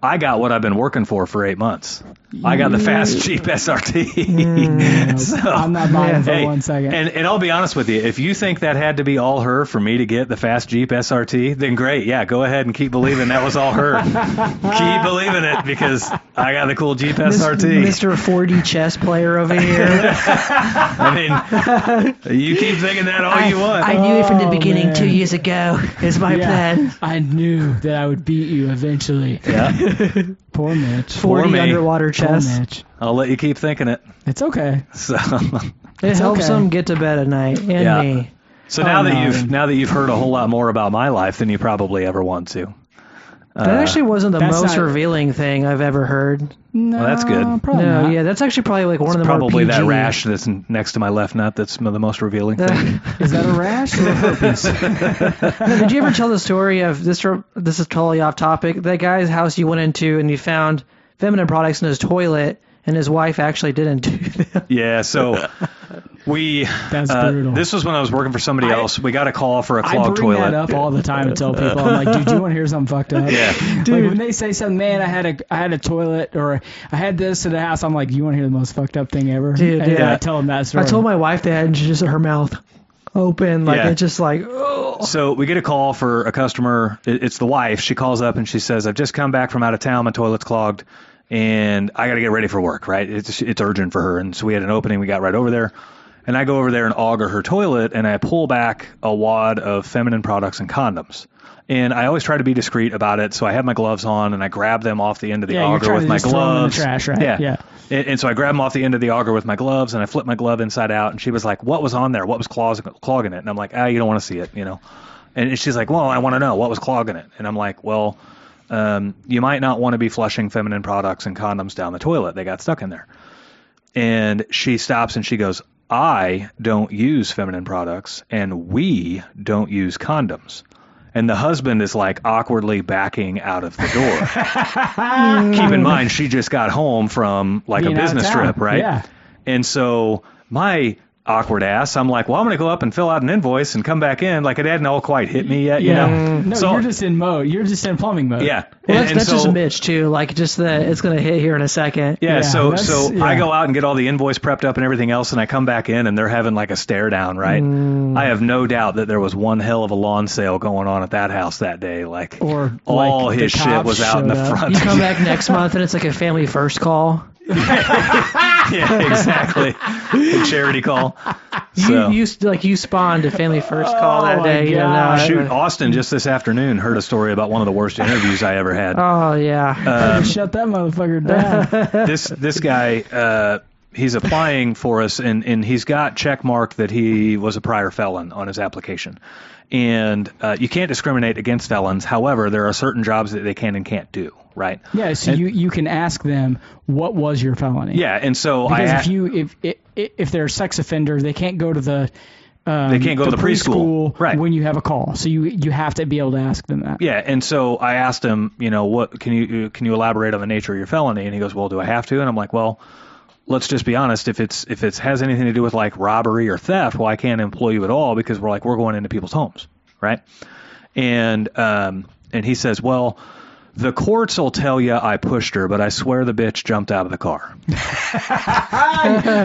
I got what I've been working for for eight months. I got the fast, cheap SRT. so,
Mm, I'm not buying
Yeah.
for
hey,
one second.
And, and I'll be honest with you. If you think that had to be all her for me to get the fast, cheap SRT, then great. Yeah, go ahead and keep believing that was all her. keep believing it because I got the cool Jeep
Mis-
SRT.
Mr. 4D chess player over here.
I mean, you keep thinking that all you want.
I knew it from the
Oh,
beginning
man.
two years ago. Is my
Yeah,
plan.
I knew that I would beat you eventually.
yeah,
Poor Mitch.
Poor
40
me.
underwater
Poor
chess.
Mitch.
I'll let you keep thinking it.
It's okay.
So,
It helps
okay.
him get to bed at night and
Yeah.
me.
so now
Oh,
that
no.
you've now that you've heard a whole lot more about my life than you probably ever want to.
That actually wasn't the
Uh, that's
most
not-
revealing thing I've ever heard.
No,
that's good.
Probably
no,
not.
yeah, that's actually probably like one of the
Probably
more
that
PG.
rash that's n- next to my left nut that's m- the most revealing thing.
Is that a rash or a herpes?
Now, did you ever tell the story of this? This is totally off topic. That guy's house you went into and you found feminine products in his toilet, and his wife actually didn't do that.
yeah, so We
That's
uh,
brutal.
This was when I was working for somebody
I-
else. We got a call for a
I
clogged
bring
toilet.
that up all the time and tell people, I'm like, dude, you want to hear something fucked up?
Yeah.
Like when they say something, man, I had a I had a toilet or I had this at the house, I'm like, you want to hear the most fucked up thing ever?
Dude,
and then
yeah.
I tell them that
I
story.
told my wife that, and she just her mouth open, like
Yeah.
it's just like, oh,
So we get a call for a customer. It- It's the wife. She calls up and she says, "I've just come back from out of town. My toilet's clogged, and I got to get ready for work. Right? It's it's urgent for her." And so we had an opening. We got right over there, and I go over there and auger her toilet, and I pull back a wad of feminine products and condoms. And I always try to be discreet about it, so I have my gloves on and I grab them off the end of the
Yeah, you're
auger
trying
with
to
my
just throw 'em in the
gloves.
trash, right?
Yeah,
Yeah.
and, and so I grabbed them off the end of the auger with my gloves, and I flipped my glove inside out. And she was like, "What was on there? What was claws, clogging it?" And I'm like, "Ah, you don't want to see it, you know." And she's like, "Well, I want to know what was clogging it." And I'm like, "Well, um, you might not want to be flushing feminine products and condoms down the toilet. They got stuck in there." And she stops and she goes, "I don't use feminine products, and we don't use condoms." And the husband is like awkwardly backing out of the door keep in mind she just got home from like
Being
a
out of
business
town.
trip, right?
Yeah.
And so my awkward ass, I'm like, well, I'm gonna go up and fill out an invoice and come back in. Like it hadn't all quite hit me yet, you
yeah.
know.
No,
so
you're just in mode. You're just in plumbing mode.
yeah,
well,
And-
that's,
and
that's
so-
just a bitch too. Like just that it's gonna hit here in a second.
Yeah,
Yeah,
so
that's-
so
yeah.
I go out and get all the invoice prepped up and everything else, and I come back in and they're having like a stare down, right?
Mm.
I have no doubt that there was one hell of a lawn sale going on at that house that day. Like
Or,
all
like, the
his shit
cops
was out in the
showed up.
front.
You come back next month, and it's like a family first call.
yeah, exactly. A charity call. So. Oh
You, you like you spawned a family first call that
my
day. you know,
gosh.
I-
Shoot, Austin just this afternoon heard a story about one of the worst interviews I ever had.
Oh yeah.
Better shut that motherfucker down.
This this guy, uh, he's applying for us, and and he's got check mark that he was a prior felon on his application. And uh, you can't discriminate against felons. However, there are certain jobs that they can and can't do. Right?
yeah. So you you can ask them what was your felony.
Yeah. And so
Because
I
if you if, if if they're a sex offender, they can't go to the um,
They can't go to the preschool. Right.
when you have a call. So you you have to be able to ask them that.
Yeah, and so I asked him, you know, what can you uh, can you elaborate on the nature of your felony? And he goes, well, do I have to? And I'm like, well, let's just be honest. If it's if it has anything to do with like robbery or theft, well, I can't employ you at all because we're like we're going into people's homes, right? And um, and he says, well, the courts will tell you I pushed her, but I swear the bitch jumped out of the car.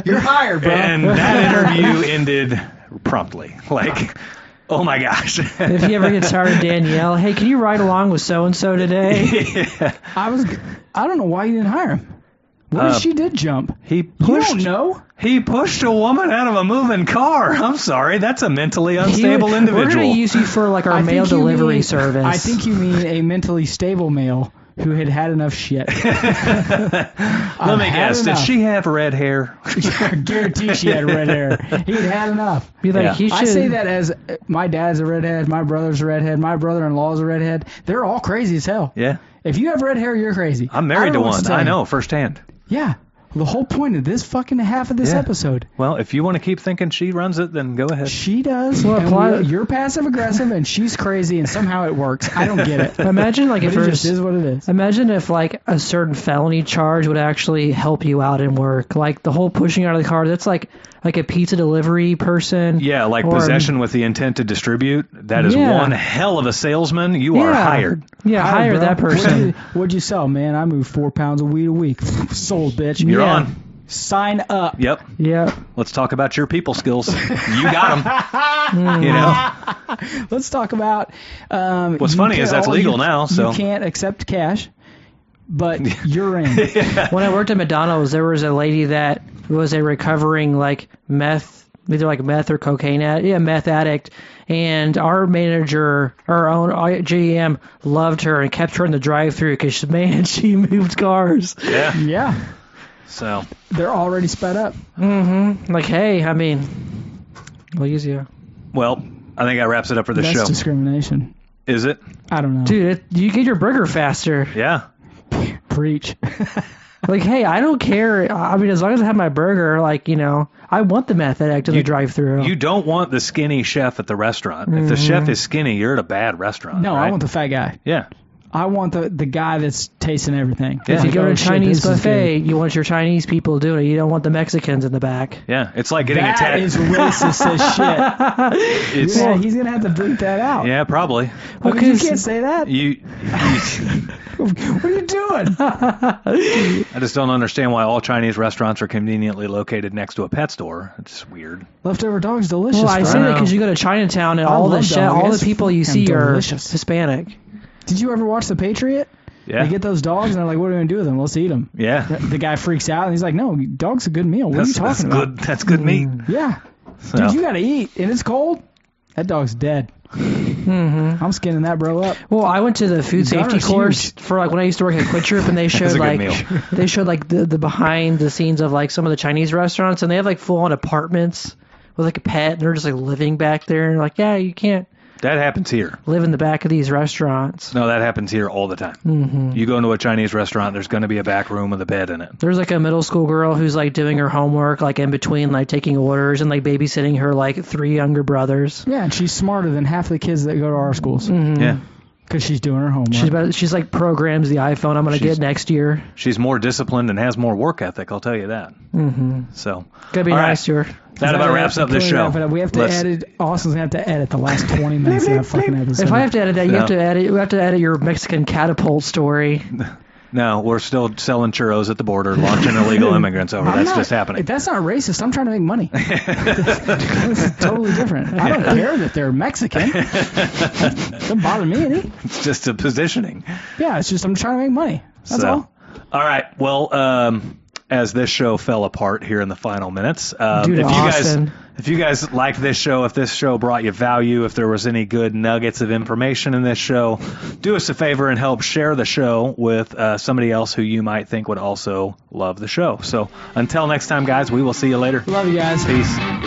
You're hired, bro.
And that interview ended promptly. Like, oh my gosh.
if he ever gets tired of Danielle, hey, can you ride along with so and so today?
I was I don't know why you didn't hire him. What
Uh,
if she did jump?
he
You
pushed.
don't know.
He pushed a woman out of a moving car. I'm sorry, that's a mentally
He-
unstable individual.
We're gonna use you for like our
I think
mail
you
delivery
mean-
service.
I think you mean a mentally stable male who had had enough shit.
Let me guess, did she have red hair?
I guarantee she had red hair. He'd had enough.
Be like,
Yeah.
he should.
I say that as uh, my dad's a redhead, my brother's a redhead, my brother-in-law's a redhead. They're all crazy as hell.
yeah,
If you have red hair, you're crazy.
I'm
I
married
don't
to
know what
one.
tell
I
you.
know firsthand.
Yeah. The whole point of this fucking half of this
Yeah.
episode,
Well, if you want to keep thinking she runs it, then go ahead.
she does.
Well,
and
apply-
we- you're passive aggressive, and she's crazy, and somehow it works. I don't get it.
Imagine like
But
if
it just
there's
is what it is.
Imagine if like a certain felony charge would actually help you out in work. Like the whole pushing out of the car. That's like like a pizza delivery person.
Yeah, like
or-
possession with the intent to distribute. That is
Yeah.
one hell of a salesman. You are
Yeah.
hired.
Yeah,
Hi,
hire
bro.
that person.
What'd you, what'd you sell, man? I move four pounds of weed a week. Sold, bitch.
You're
Yeah.
on.
Sign up.
Yep.
yeah.
Let's talk about your people skills. You got them. you know.
Let's talk about. Um,
What's
you
funny
can't-
is that's
all-
legal
you-
now, so-
you can't accept cash, but you're in.
When I worked at McDonald's, there was a lady that was a recovering like meth, either like meth or cocaine, ad- yeah, meth addict. And our manager, our own GM, loved her and kept her in the drive-through because man, she moved cars.
Yeah.
yeah,
So
they're already sped up.
Mm-hmm. Like, hey, I mean, we'll use you,
well, I think that wraps it up for the
That's
show.
discrimination.
is it?
I don't know.
dude. It, you get your burger faster.
Yeah.
Preach.
Like, hey, I don't care. I mean, as long as I have my burger, like, you know, I want the meth addict in the drive-through.
You don't want the skinny chef at the restaurant. If the chef is skinny, you're at a bad restaurant.
Mm-hmm. No, I
right?
want the fat guy.
Yeah.
I want the the guy that's tasting everything.
Yeah.
If you
Like,
go to
oh,
a
shit,
Chinese
this is
buffet,
good.
you want your Chinese people doing it. You don't want the Mexicans in the back.
Yeah, it's like getting a
that
tattoo.
is racist as shit.
it's
Yeah,
yeah,
he's gonna have to bleep that out.
probably.
Well,
Okay,
you
so-
can't say that.
You,
What are you doing?
I just don't understand why all Chinese restaurants are conveniently located next to a pet store. It's weird.
Leftover dog's delicious.
Well, I
bro.
say that
know.
because you go to Chinatown and
I
all the
love
shit,
dog.
all
It's
the people you
fucking
see are
delicious.
Hispanic.
Did you ever watch The Patriot?
Yeah,
They get those dogs and they're like, "What are we gonna do with them? Let's eat them."
yeah.
The, the guy freaks out and he's like, "No, dog's a good meal. What are you
That's,
talking
that's
about?"
good. That's good meat.
Yeah,
So,
dude, you gotta eat, and it's cold. That dog's dead.
Mm-hmm.
I'm skinning that bro up.
Well, I went to the food
Gunner's
safety course
huge.
for like when I used to work at Quick Trip, and they
a
showed
good
like
meal.
they showed like the, the behind the scenes of like some of the Chinese restaurants, and they have like full on apartments with like a pet, and they're just like living back there, and like yeah, you can't
that happens here.
live in the back of these restaurants.
No, that happens here all the time.
Mm-hmm.
You go into a Chinese restaurant, there's going to be a back room with a bed in it.
There's like a middle school girl who's like doing her homework, like in between like taking orders and like babysitting her like three younger brothers.
Yeah, and she's smarter than half the kids that go to our schools because
Yeah.
she's doing her homework.
Mm-hmm. She's about she's like programs the iPhone I'm gonna
She's-
get next year.
She's more disciplined and has more work ethic, I'll tell you that. Mm-hmm. So,
Gotta be
All right.
nice to her.
that about wraps up this
Can we
show.
wrap it up? We have to
Let's-
edit. Austin's gonna have to edit the last 20 minutes of that fucking episode.
If I have to edit that, you
No.
have to edit. You have to edit your Mexican catapult story.
No, we're still selling churros at the border, launching illegal immigrants over.
I'm
That's
not-
just happening.
That's not racist. I'm trying to make money. That's totally different. I don't care that they're Mexican. Doesn't bother me any.
It's just a positioning.
Yeah, it's just I'm trying to make money. That's
so,
all.
All right. Well, um, as this show fell apart here in the final minutes, um,
Due
if
to
you
Austin.
guys if you guys liked this show, if this show brought you value, if there was any good nuggets of information in this show, do us a favor and help share the show with uh, somebody else who you might think would also love the show. So until next time, guys, we will see you later.
Love you guys.
Peace.